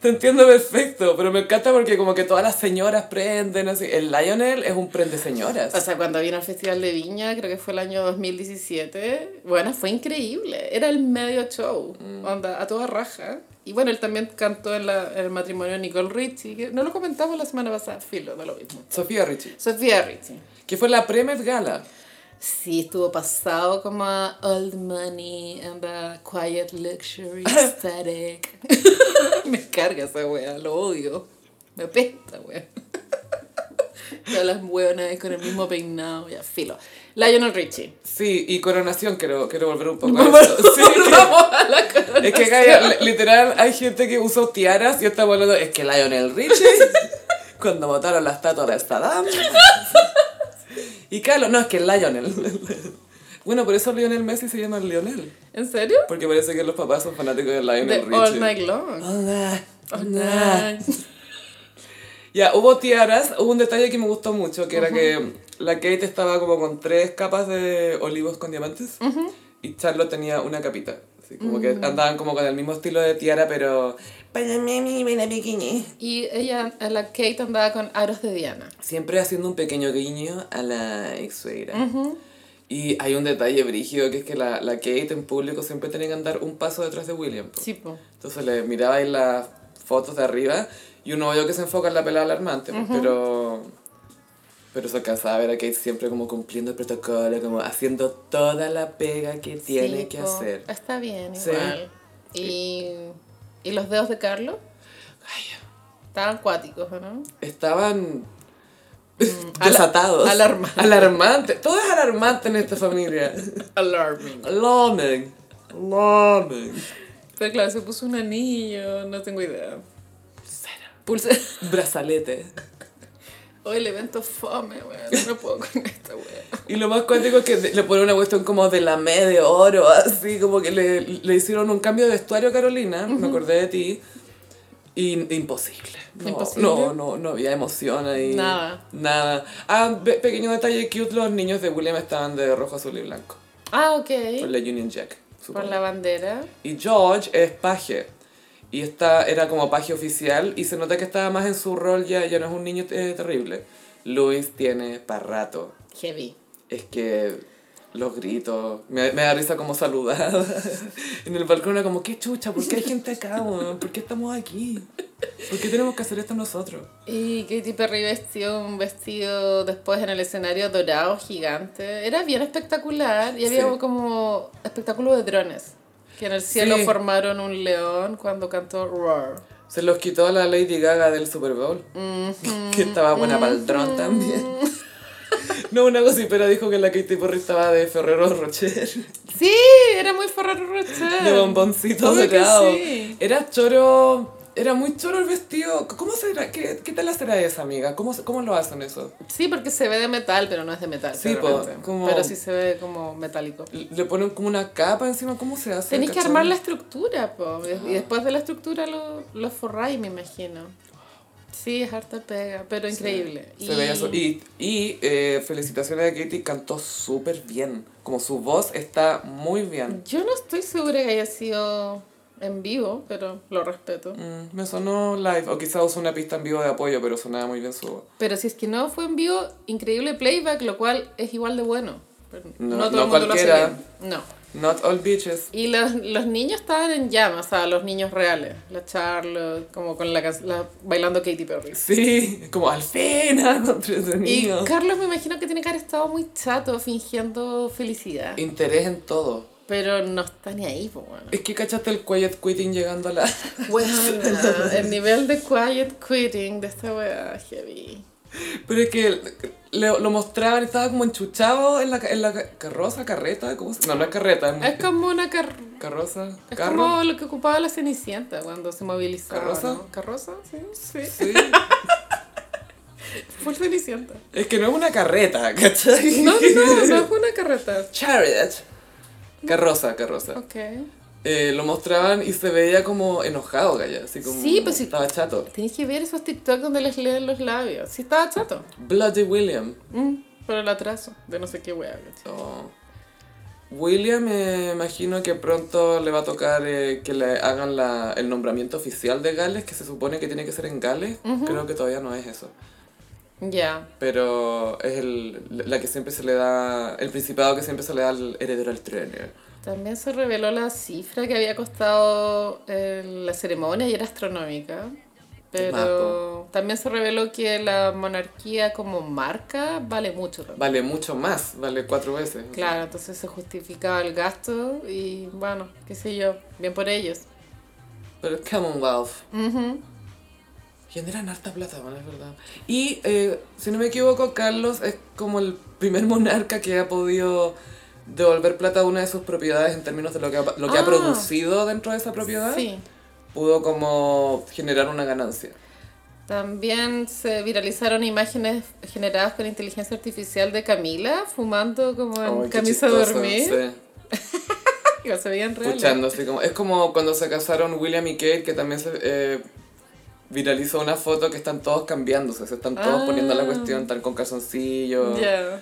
S1: Te entiendo perfecto, pero me encanta porque como que todas las señoras prenden así. El Lionel es un prende señoras.
S2: O sea, cuando vino al Festival de Viña, creo que fue el año 2017, bueno, fue increíble. Era el medio show,
S1: Mm.
S2: onda, a toda raja. Y bueno, él también cantó en, la- en el matrimonio de Nicole Richie, que no lo comentamos la semana pasada, filo, da lo mismo.
S1: Sofía Richie,
S2: Sofía Richie.
S1: que fue la Premet Gala.
S2: Sí, estuvo pasado como a Old Money and the
S1: [LAUGHS]
S2: Quiet Luxury Aesthetic. [LAUGHS] Me carga esa wea, lo odio. Me pesta, wea. [LAUGHS] Todas las weonas con el mismo peinado, ya filo. Lionel Richie.
S1: [LAUGHS] Sí, y coronación, quiero, quiero volver un poco a eso. Sí, es que-
S2: Vamos a la cara.
S1: es que Gaia, li- literal, hay gente que usó tiaras y estamos hablando, es que Lionel Richie, cuando mataron la estatua de Saddam. Y Carlos, no, es que Lionel. Bueno, por eso Lionel Messi se llama Lionel,
S2: ¿En serio?
S1: porque parece que los papás son fanáticos de Lionel
S2: De
S1: Richie. Ah,
S2: All Night Long.
S1: Hola, hola. Ya, hubo tiaras, hubo un detalle que me gustó mucho, que era que la Kate estaba como con tres capas de olivos con diamantes y Charlotte tenía una capita. Así como que andaban como con el mismo estilo de tiara, pero... Para mí, mi buena pequeña.
S2: Y ella, la Kate andaba con aros de Diana.
S1: Siempre haciendo un pequeño guiño a la ex suegra. Y hay un detalle brígido, que es que la, la Kate en público siempre tenía que andar un paso detrás de William. po.
S2: Sí, po.
S1: Entonces le miraba ahí las fotos de arriba y uno vio que se enfoca en la pelada alarmante, pues, pero... Pero se alcanzaba a ver a Kate siempre como cumpliendo el protocolo, como haciendo toda la pega que tiene
S2: Sí,
S1: que
S2: po.
S1: hacer.
S2: Está bien,
S1: Sí.
S2: igual. Y, ¿Y los dedos de Carlos? Estaban cuáticos, ¿o ¿no?
S1: Estaban
S2: Mm,
S1: [LAUGHS]
S2: ala-
S1: desatados.
S2: alarmante.
S1: Alarmante. Todo es alarmante en esta familia.
S2: [LAUGHS] Alarming.
S1: Alarming. Alarming.
S2: Pero claro, se puso un anillo, no tengo idea. Pulsera.
S1: Brazalete.
S2: [LAUGHS] Hoy el evento fome, weón. No puedo con esta weón.
S1: [LAUGHS] Y lo más cuático es que le ponen una cuestión como de la me de oro, así como que le, le hicieron un cambio de vestuario a Carolina, me acordé de ti, y imposible. No,
S2: Imposible.
S1: No, no, no había emoción ahí.
S2: Nada.
S1: Nada. Ah, pe- pequeño detalle cute, los niños de William estaban de rojo, azul y blanco,
S2: Ah,
S1: por
S2: ok.
S1: la Union Jack.
S2: Por
S1: supongo.
S2: la bandera.
S1: Y George es paje. Y esta era como paje oficial y se nota que estaba más en su rol, ya, ya no es un niño eh, terrible. Luis tiene para rato.
S2: Heavy.
S1: Es que los gritos. Me, me da risa como saludada. [LAUGHS] en el balcón era como, qué chucha, ¿por qué hay gente acá? weón? ¿Por qué estamos aquí? ¿Por qué tenemos que hacer esto nosotros?
S2: Y Katy Perry vestió un vestido después en el escenario dorado gigante. Era bien espectacular y había
S1: Sí.
S2: como espectáculo de drones. Que en el cielo
S1: Sí.
S2: formaron un león cuando cantó Roar.
S1: Se los quitó a la Lady Gaga del Super Bowl. [LAUGHS] Que estaba buena para el dron también. [LAUGHS] No, una gocipera dijo que la Katy Perry estaba de Ferrero Rocher,
S2: Sí, era muy Ferrero Rocher.
S1: de bomboncitos
S2: Obvio Ah. que
S1: dorado.
S2: sí.
S1: Era choro, era muy choro el vestido. ¿Cómo será? ¿Qué, qué tal será esa amiga? ¿Cómo, se- ¿Cómo lo hacen eso?
S2: Sí, porque se ve de metal, pero no es de metal.
S1: Sí, po,
S2: claramente.
S1: como-
S2: Pero sí se ve como metálico.
S1: Le ponen como una capa encima, ¿cómo se hace?
S2: Tenéis que
S1: cachai?
S2: armar la estructura, po. Y después de la estructura lo, lo forráis, me imagino. Sí, es harta pega, pero increíble.
S1: Se veía eso. Y, y eh, felicitaciones a Katy, cantó súper bien. Como su voz está muy bien.
S2: Yo no estoy segura que haya sido en vivo, pero lo respeto.
S1: Mm, me sonó live, o quizás usó una pista en vivo de apoyo, pero sonaba muy bien su voz.
S2: Pero si es que no fue en vivo, increíble playback, lo cual es igual de bueno. Pero
S1: No,
S2: no,
S1: no
S2: todo el mundo lo hace
S1: cualquiera.
S2: bien. No.
S1: Not all bitches.
S2: Y los, los niños estaban en llamas, o sea, los niños reales. La Charlotte, como con la, can- la- bailando Katy Perry.
S1: Sí, [LAUGHS] como al fin, algo
S2: Y
S1: entretenido.
S2: Carlos me imagino que tiene que haber estado muy chato fingiendo felicidad.
S1: Interés en todo.
S2: Pero no está ni ahí, po,
S1: [LAUGHS]
S2: bueno.
S1: Es que cachaste el quiet quitting llegando a la... [LAUGHS]
S2: el nivel de quiet quitting de esta weá heavy.
S1: Pero es que le- lo mostraban, estaba como enchuchado en la, ca- en la ca- carroza, carreta, ¿cómo se No, no es carreta, es,
S2: Es como una car-
S1: carroza,
S2: es
S1: carro.
S2: como lo que ocupaba la Cenicienta cuando se movilizaba.
S1: ¿Carroza?
S2: ¿no? ¿Carroza? Sí, sí.
S1: Sí.
S2: Fue Cenicienta.
S1: Es que no es una carreta, [LAUGHS] ¿cachai?
S2: No, no, no es una carreta.
S1: Chariot. Carroza, carroza.
S2: Ok.
S1: Eh, lo mostraban y se veía como enojado, Gaya. Así como
S2: Sí, pues sí.
S1: Estaba chato.
S2: Tenéis que ver esos TikTok donde les leen los labios. Sí, estaba chato.
S1: Bloody William.
S2: Mm, pero el atraso de no sé qué weá. ¿cachai?
S1: Oh. William, me imagino que pronto le va a tocar eh, que le hagan la- el nombramiento oficial de Gales, que se supone que tiene que ser en Gales. Creo que todavía no es eso.
S2: Ya.
S1: Pero es el, la que siempre se le da, el principado que siempre se le da al heredero al tren. eh.
S2: También se reveló la cifra que había costado eh, la ceremonia y era astronómica. Pero también se reveló que la monarquía como marca vale mucho. también.
S1: Vale mucho más, vale cuatro veces.
S2: Claro, entonces se justificaba el gasto y bueno, qué sé yo, bien por ellos.
S1: Pero Commonwealth.
S2: Ujú.
S1: Generan harta plata, bueno, es verdad. Y eh, si no me equivoco, Carlos es como el primer monarca que ha podido devolver plata a una de sus propiedades en términos de lo que ha, lo que ha
S2: Ah.
S1: producido dentro de esa propiedad.
S2: Sí.
S1: Pudo como generar una ganancia.
S2: También se viralizaron imágenes generadas con inteligencia artificial de Camila fumando como en
S1: Ay, qué
S2: camisa de
S1: chistoso,
S2: dormir.
S1: sí.
S2: Igual se veían reales.
S1: Escuchando, así como. Es como cuando se casaron William y Kate, que también se eh, viralizó una foto que están todos cambiándose, se están todos
S2: Ah.
S1: poniendo la cuestión, están con calzoncillos.
S2: Ya.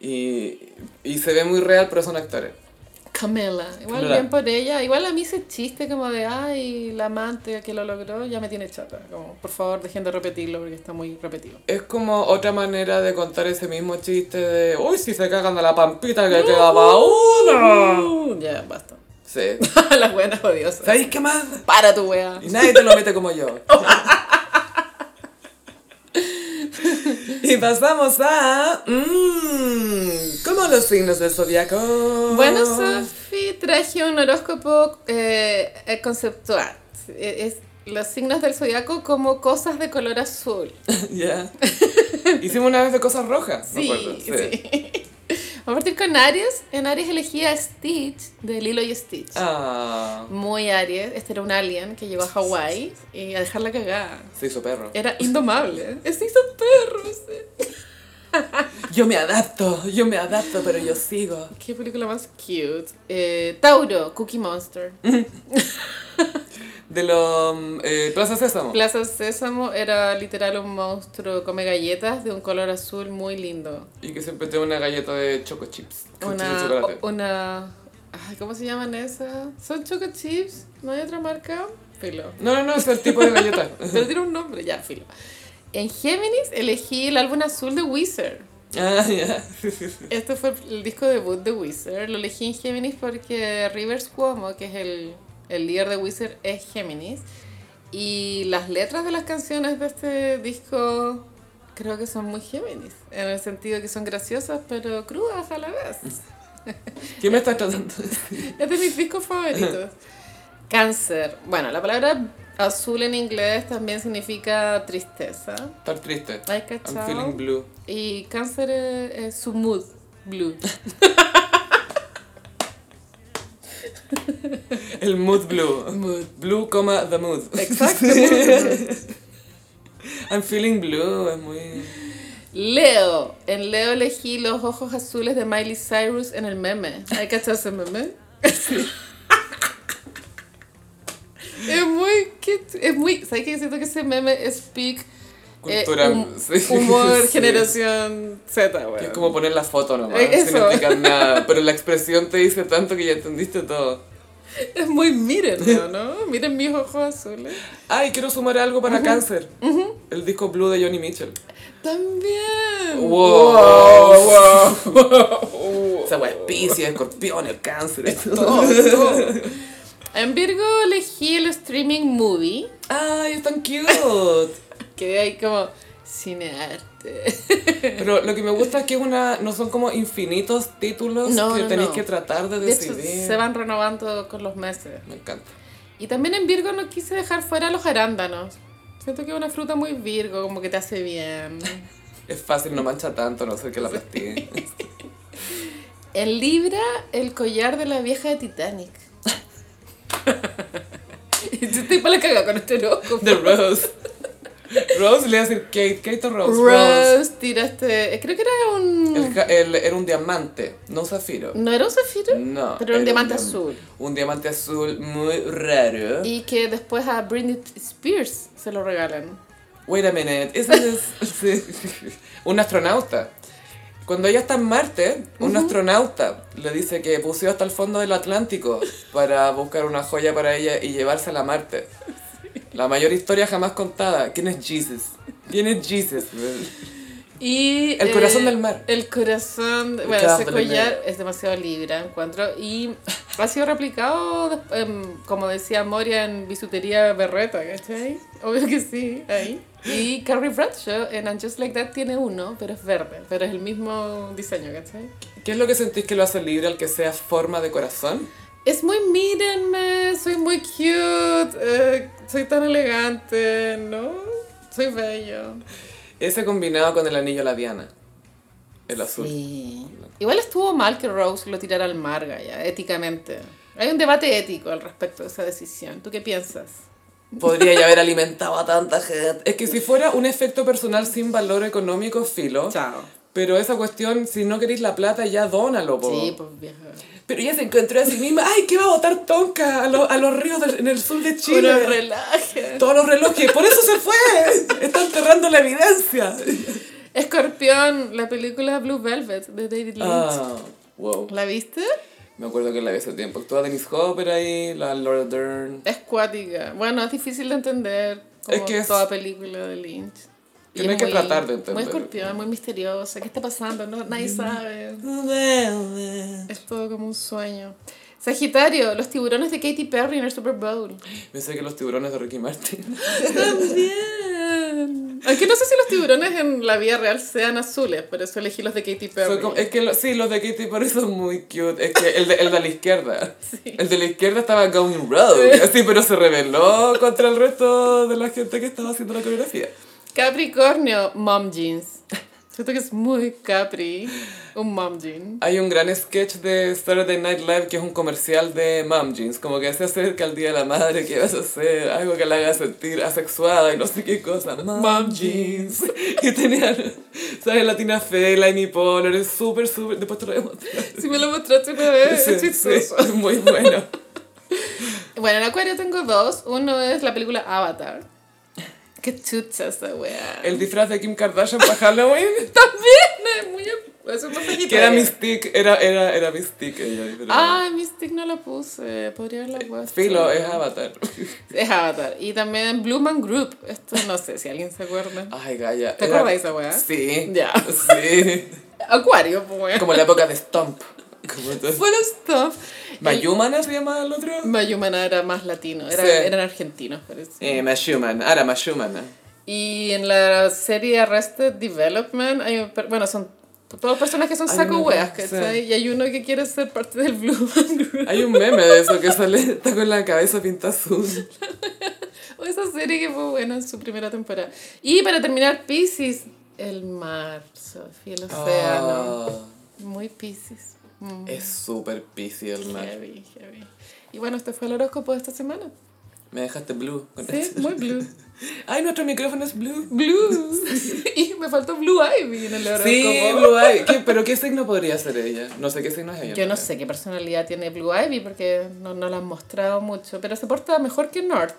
S1: Y, y se ve muy real, pero son actores.
S2: Camela, igual
S1: Camela.
S2: bien por ella. Igual a mí ese chiste como de, ay, la amante que lo logró ya me tiene chata. Como, por favor, dejen de repetirlo porque está muy repetido.
S1: Es como otra manera de contar ese mismo chiste de ¡Uy, si se cagan de la pampita que quedaba uno!
S2: Uh, ya, basta. [LAUGHS]
S1: Sí.
S2: Las buenas odiosas.
S1: ¿Sabéis qué más?
S2: Para tu wea.
S1: Y nadie te lo mete como yo. y pasamos a... Mmm, ¿Cómo los signos del zodiaco?
S2: Bueno, Sofi, traje un horóscopo eh, eh, conceptual. Eh, Es, es los signos del zodiaco como cosas de color azul.
S1: [LAUGHS] Ya. Hicimos una vez de cosas rojas, me
S2: Sí,
S1: acuerdo,
S2: sí. Vamos a partir con Aries. En Aries elegía a Stitch de Lilo y Stitch.
S1: Ah,
S2: Muy Aries, este era un alien que llegó a Hawái y a dejarla cagada.
S1: se hizo perro.
S2: Era indomable. Se hizo perro. ese.
S1: Yo me adapto, yo me adapto, pero yo sigo.
S2: Qué película más cute. Eh, Tauro, Cookie Monster.
S1: De los... mm, Eh, Plaza Sésamo.
S2: Plaza Sésamo era literal un monstruo, come galletas de un color azul muy lindo.
S1: Y que siempre tengo una galleta de choco chips. con chips de
S2: Una.
S1: chocolate.
S2: una ay, ¿Cómo se llaman esas? ¿Son Choco Chips? ¿No hay otra marca? Filo.
S1: No, no, no, es el tipo de
S2: [LAUGHS]
S1: galleta.
S2: Pero tiene un nombre, ya, filo. En Géminis elegí el álbum azul de Wizard.
S1: Ah, ya.
S2: Este fue el disco debut de Wizard. Lo elegí en Géminis porque Rivers Cuomo, que es el, el líder de Wizard, es Géminis. Y las letras de las canciones de este disco creo que son muy Géminis. En el sentido que son graciosas, pero crudas a la
S1: [LAUGHS]
S2: vez.
S1: ¿Quién me está tratando?
S2: Es de mis discos favoritos. Cáncer. Bueno, la palabra azul en inglés también significa tristeza.
S1: Estar triste.
S2: Ay,
S1: I'm
S2: cachao.
S1: feeling blue.
S2: Y cáncer es, es su mood
S1: [LAUGHS]
S2: blue.
S1: El mood blue.
S2: [LAUGHS] Mood.
S1: Blue, coma, the mood. [LAUGHS]
S2: Exacto.
S1: I'm feeling blue, es muy...
S2: Eh, Leo. En Leo elegí los ojos azules de Miley Cyrus en el meme. ¿Hay cachado
S1: [LAUGHS]
S2: ese meme? Es muy, cute, es muy, ¿sabes qué? Siento que ese meme es peak eh,
S1: Cultura,
S2: hum-
S1: [LAUGHS] sí,
S2: humor
S1: sí.
S2: generación Z,
S1: Que
S2: weón.
S1: Es como poner la foto nomás,
S2: Eh,
S1: sin
S2: eso.
S1: explicar nada, pero la expresión te dice tanto que ya entendiste todo.
S2: Es
S1: [LAUGHS]
S2: muy mírenlo, ¿no? Miren mis ojos azules.
S1: Ay, quiero sumar algo para cáncer. El disco Blue de Johnny Mitchell.
S2: También.
S1: Wow, [LAUGHS] Esa wea es Piscis, escorpión, el cáncer. es todo.
S2: En Virgo elegí el streaming movie,
S1: Ay, es tan cute.
S2: que hay como cinearte.
S1: Pero lo que me gusta es que una, no son como infinitos títulos
S2: No,
S1: que
S2: no,
S1: tenéis
S2: no.
S1: que tratar de
S2: De hecho,
S1: decidir.
S2: se van renovando con los meses.
S1: Me encanta.
S2: Y también en Virgo no quise dejar fuera los arándanos. Siento que es una fruta muy Virgo, como que te
S1: [LAUGHS]
S2: hace bien.
S1: Es fácil, no mancha tanto, no sé que la pastille. [LAUGHS]
S2: En Libra, el collar de la vieja
S1: [LAUGHS]
S2: de Titanic. Yo estoy para la caga con este loco.
S1: The Rose. Rose le hace Kate, Kate o Rose. Rose.
S2: Rose, tiraste. eh, Creo que era un.
S1: El, ja- el- era un diamante, no un zafiro.
S2: ¿No era un zafiro?
S1: No.
S2: Pero un
S1: era
S2: diamante
S1: diam-
S2: azul.
S1: Un diamante azul muy raro.
S2: Y que después a Britney Spears se lo regalan.
S1: Wait a minute, ese es [LAUGHS] sí. un astronauta. Cuando ella está en Marte, un astronauta le dice que buceó hasta el fondo del Atlántico para buscar una joya para ella y llevársela a Marte. La mayor historia jamás contada. ¿Quién es Jesus? ¿Quién es Jesus?
S2: Y. eh,
S1: El corazón del mar.
S2: El corazón.
S1: El
S2: Bueno,
S1: corazón
S2: ese
S1: del
S2: collar
S1: mar.
S2: es demasiado libra, encuentro. Y ha sido replicado, des- em, como decía Moria, en bisutería berreta, ¿cachai? Obvio que sí, ahí. Y Carrie Bradshaw en And Just Like That tiene uno, pero es verde. Pero es el mismo diseño, ¿cachai?
S1: ¿Qué es lo que sentís que lo hace libre al que sea forma de corazón?
S2: Es muy mírenme, soy muy cute, eh, soy tan elegante, ¿no? Soy bello.
S1: Ese combinado con el anillo a la Diana. El azul.
S2: Sí. Igual estuvo mal que Rose lo tirara al mar, ya, éticamente. Hay un debate ético al respecto de esa decisión. ¿Tú qué piensas?
S1: Podría ya haber alimentado a tanta gente. Es que si fuera un efecto personal sin valor económico, filo.
S2: Chao.
S1: Pero esa cuestión, si no queréis la plata, ya dónalo, po.
S2: Sí, pues vieja.
S1: Pero ella se encontró a sí misma. ¡Ay, que va a botar tonca a, lo- a los ríos del- en el sur de
S2: Uno
S1: Chile!
S2: relaja.
S1: Todos los relojes. ¡Por eso se fue! Está enterrando la evidencia.
S2: Escorpión, la película Blue Velvet de David Lynch.
S1: Ah, wow.
S2: ¿La viste?
S1: Me acuerdo que la vi hace tiempo. Actúa Dennis Hopper ahí, la Laura Dern.
S2: Es cuática. Bueno, es difícil de entender como
S1: Es que es-
S2: toda película de Lynch. Y
S1: Tienes
S2: es
S1: que tratar de entender. Mm.
S2: Muy escorpión, muy misteriosa. ¿Qué está pasando? No, nadie sabe. Es todo como un sueño. Sagitario, los tiburones de Katy Perry en el Super Bowl.
S1: Pensé que los tiburones de Ricky Martin.
S2: También. Aunque no sé si los tiburones en la vida real sean azules, por eso elegí los de Katy Perry.
S1: Son como- es que lo- sí, los de Katy Perry son muy cute. Es que el de, el de la izquierda.
S2: Sí.
S1: El de la izquierda estaba going rogue. Así, pero se rebeló contra el resto de la gente que estaba haciendo la coreografía.
S2: Capricornio, mom jeans. Siento que es muy Capri, un mom jean.
S1: Hay un gran sketch de Saturday Night Live que es un comercial de Mom Jeans. Como que se acerca el día de la madre, ¿qué vas a hacer? Algo que la haga sentir asexuada y no sé qué cosa. Mom, Jeans. [LAUGHS] Y tenían, ¿sabes? Latina Fe, la Amy Poehler, es súper, súper. Después te lo voy a mostrar.
S2: Si me lo mostraste una vez, [LAUGHS] es
S1: Sí,
S2: chistoso.
S1: sí, muy bueno.
S2: Bueno, en Acuario tengo dos. Uno es la película Avatar. Qué chucha esa wea.
S1: El disfraz de Kim Kardashian para Halloween.
S2: [LAUGHS] También es muy. Eso es más
S1: Que era
S2: Sagitario.
S1: Mystique, era, era, era Mystique ella, pero- Eh,
S2: Ah, Mystic no la puse. Podría haberla puesto.
S1: Filo, es Avatar. [LAUGHS]
S2: Es Avatar. Y también Blue Man Group. Esto no sé si alguien se acuerda.
S1: Ay, Gaya.
S2: ¿Te
S1: era-
S2: acuerdas de esa weá?
S1: Ah, Sí.
S2: Ya.
S1: Sí.
S2: Acuario, pues, weón.
S1: Como la época de Stomp. Como entonces-
S2: [LAUGHS] Full of stuff.
S1: Mayumana se llama el otro.
S2: El Mayumana era más latino, era,
S1: Sí.
S2: eran argentinos, parece.
S1: Eh, Mayumana, ahora Mayumana.
S2: Y en la serie Arrested Development, hay un per- bueno, son todos personas que son
S1: Hay
S2: saco
S1: una-
S2: weas,
S1: sí.
S2: ¿cachai? Y hay uno que quiere ser parte del Blue Man Group.
S1: Hay un meme de eso que sale, [LAUGHS] está con la cabeza pinta azul.
S2: O esa serie que fue buena en su primera temporada. Y para terminar, Pisces, el mar, Sofía,
S1: Oh.
S2: el océano.
S1: Ah,
S2: Muy Pisces. Mm,
S1: es súper pisi el mar.
S2: heavy, heavy. Y bueno, este fue el horóscopo de esta semana.
S1: Me dejaste blue con este.
S2: Sí,
S1: esto. [LAUGHS]
S2: muy blue.
S1: Ay, nuestro micrófono es blue.
S2: Blues. [LAUGHS] y me faltó Blue Ivy en el horóscopo.
S1: Sí, blue eye. ¿Qué- ¿Pero qué signo podría ser ella? No sé qué signo es ella.
S2: Yo no sé qué personalidad tiene Blue Ivy porque no, no la han mostrado mucho, pero se porta mejor que North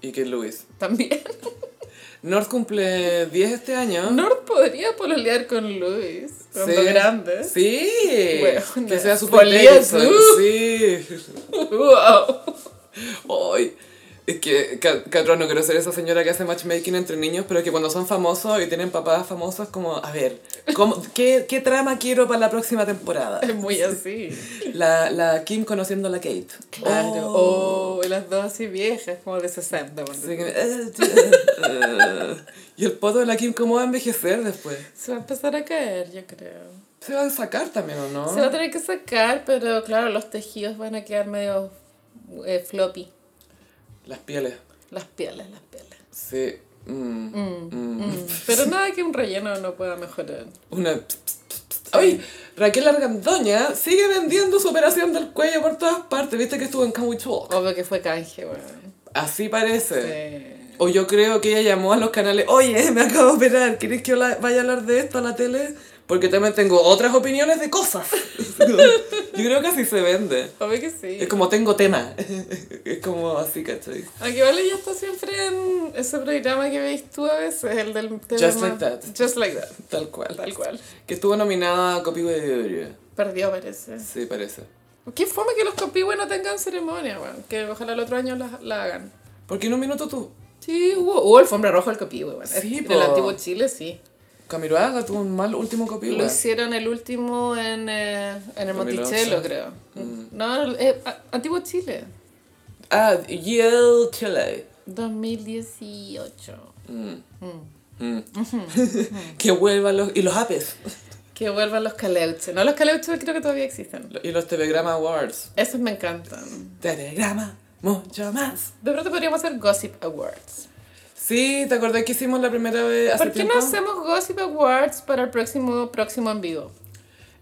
S1: ¿Y qué es Luis?
S2: también.
S1: North cumple 10 este año.
S2: [LAUGHS] North podría pololear con Luis cuando
S1: Sí.
S2: grande.
S1: Sí.
S2: Bueno,
S1: que sea super
S2: polilla
S1: Davidson.
S2: azul.
S1: Sí.
S2: [LAUGHS] Wow.
S1: Ay. Es que, ca- cabrón, no quiero ser esa señora que hace matchmaking entre niños, pero que cuando son famosos y tienen papás famosos, como, a ver, ¿cómo- qué, ¿qué trama quiero para la próxima temporada?
S2: Es muy así.
S1: La, la Kim conociendo a la Kate.
S2: Claro.
S1: Oh.
S2: Oh, y las dos así viejas, como de 60. por
S1: Así
S2: decir.
S1: que, eh, eh, [LAUGHS] eh. Y el poto de la Kim, ¿cómo va a envejecer después?
S2: Se va a empezar a caer, yo creo.
S1: Se va a sacar también, ¿o no?
S2: Se va a tener que sacar, pero claro, los tejidos van a quedar medio eh, floppy.
S1: Las pieles.
S2: Las pieles, las pieles.
S1: Sí. Mm. Mm.
S2: Mm, Pero nada que un relleno no pueda mejorar.
S1: Una. ps, ps, ps, ps. ¡Ay! Raquel Argandoña sigue vendiendo su operación del cuello por todas partes. Viste que estuvo en Camuchó.
S2: Obvio que fue canje, weón.
S1: Así parece.
S2: Sí.
S1: O yo creo que ella llamó a los canales. Oye, me acabo de operar. ¿Quieres que yo la- vaya a hablar de esto a la tele? Porque también tengo otras opiniones de cosas. [LAUGHS] yo creo que así se vende.
S2: Obvio que sí.
S1: Es como tengo tema. [LAUGHS] es como así, ¿cachai?
S2: Aunque vale, ya está siempre en ese programa que veis tú a veces, el del
S1: Just Like That.
S2: Just Like That,
S1: Tal cual.
S2: tal cual.
S1: Que estuvo nominada a Copy de
S2: Perdió, parece.
S1: Sí, parece.
S2: Qué fome que los copihue no tengan ceremonia, weón. Que ojalá el otro año la, la hagan.
S1: Porque en un minuto tú
S2: Sí, hubo, hubo alfombra roja al copihue, weón.
S1: Sí,
S2: en
S1: po.
S2: el antiguo Chile, sí.
S1: Camiroaga tuvo un mal último
S2: Lo
S1: copyright.
S2: hicieron el último en, eh, en el
S1: 2011.
S2: Monticello, creo. No, eh, a- antiguo Chile.
S1: Ah, Yale Chile.
S2: 2018.
S1: Que vuelvan los... Y los apes.
S2: Que vuelvan los caleuches. No, los caleuches creo que todavía existen.
S1: Y los Telegram Awards.
S2: Esos me encantan.
S1: Telegrama, mucho más.
S2: De pronto podríamos hacer Gossip Awards.
S1: Sí, ¿te acordás que hicimos la primera vez hace
S2: ¿Por qué
S1: tiempo?
S2: no hacemos Gossip Awards para el próximo, próximo en vivo?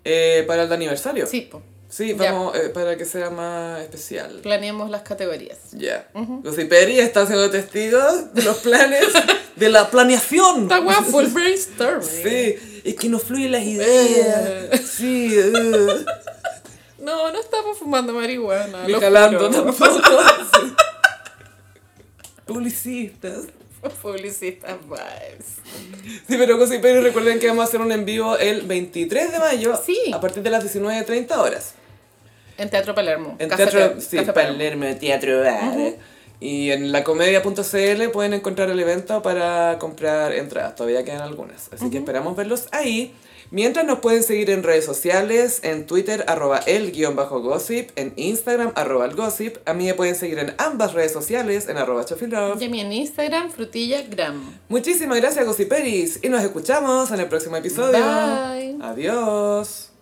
S1: Eh, para el aniversario.
S2: Sí, po.
S1: Sí,
S2: Ya.
S1: vamos, eh, para que sea más especial.
S2: planeemos las categorías.
S1: Ya. Gossiperi está siendo testigo de los planes, de la planeación.
S2: Está
S1: [LAUGHS]
S2: guapo full brainstorming.
S1: Sí, es que nos fluyen las ideas. Sí, eh.
S2: No, no estamos fumando marihuana.
S1: Ni
S2: [LAUGHS] lo
S1: jalando
S2: juro. [LAUGHS]
S1: tampoco. Publicistas.
S2: Publicistas vibes.
S1: Sí, pero Gossip Pero recuerden que vamos a hacer un en vivo el 23 de mayo.
S2: Sí.
S1: A partir de las 19.30 horas.
S2: En Teatro Palermo.
S1: En
S2: Casa
S1: Teatro
S2: Pe-
S1: sí,
S2: Casa Palermo.
S1: Palermo, Teatro Bar. Y en lacomedia.cl pueden encontrar el evento para comprar entradas. Todavía quedan algunas. Así que esperamos verlos ahí. Mientras nos pueden seguir en redes sociales, en Twitter, arroba el guión bajo gossip, en Instagram, arroba el gossip. A mí me pueden seguir en ambas redes sociales, en arroba chofilove.
S2: Y a mí en Instagram, frutillagram.
S1: Muchísimas gracias, Gossiperis. Y nos escuchamos en el próximo episodio.
S2: Bye.
S1: Adiós.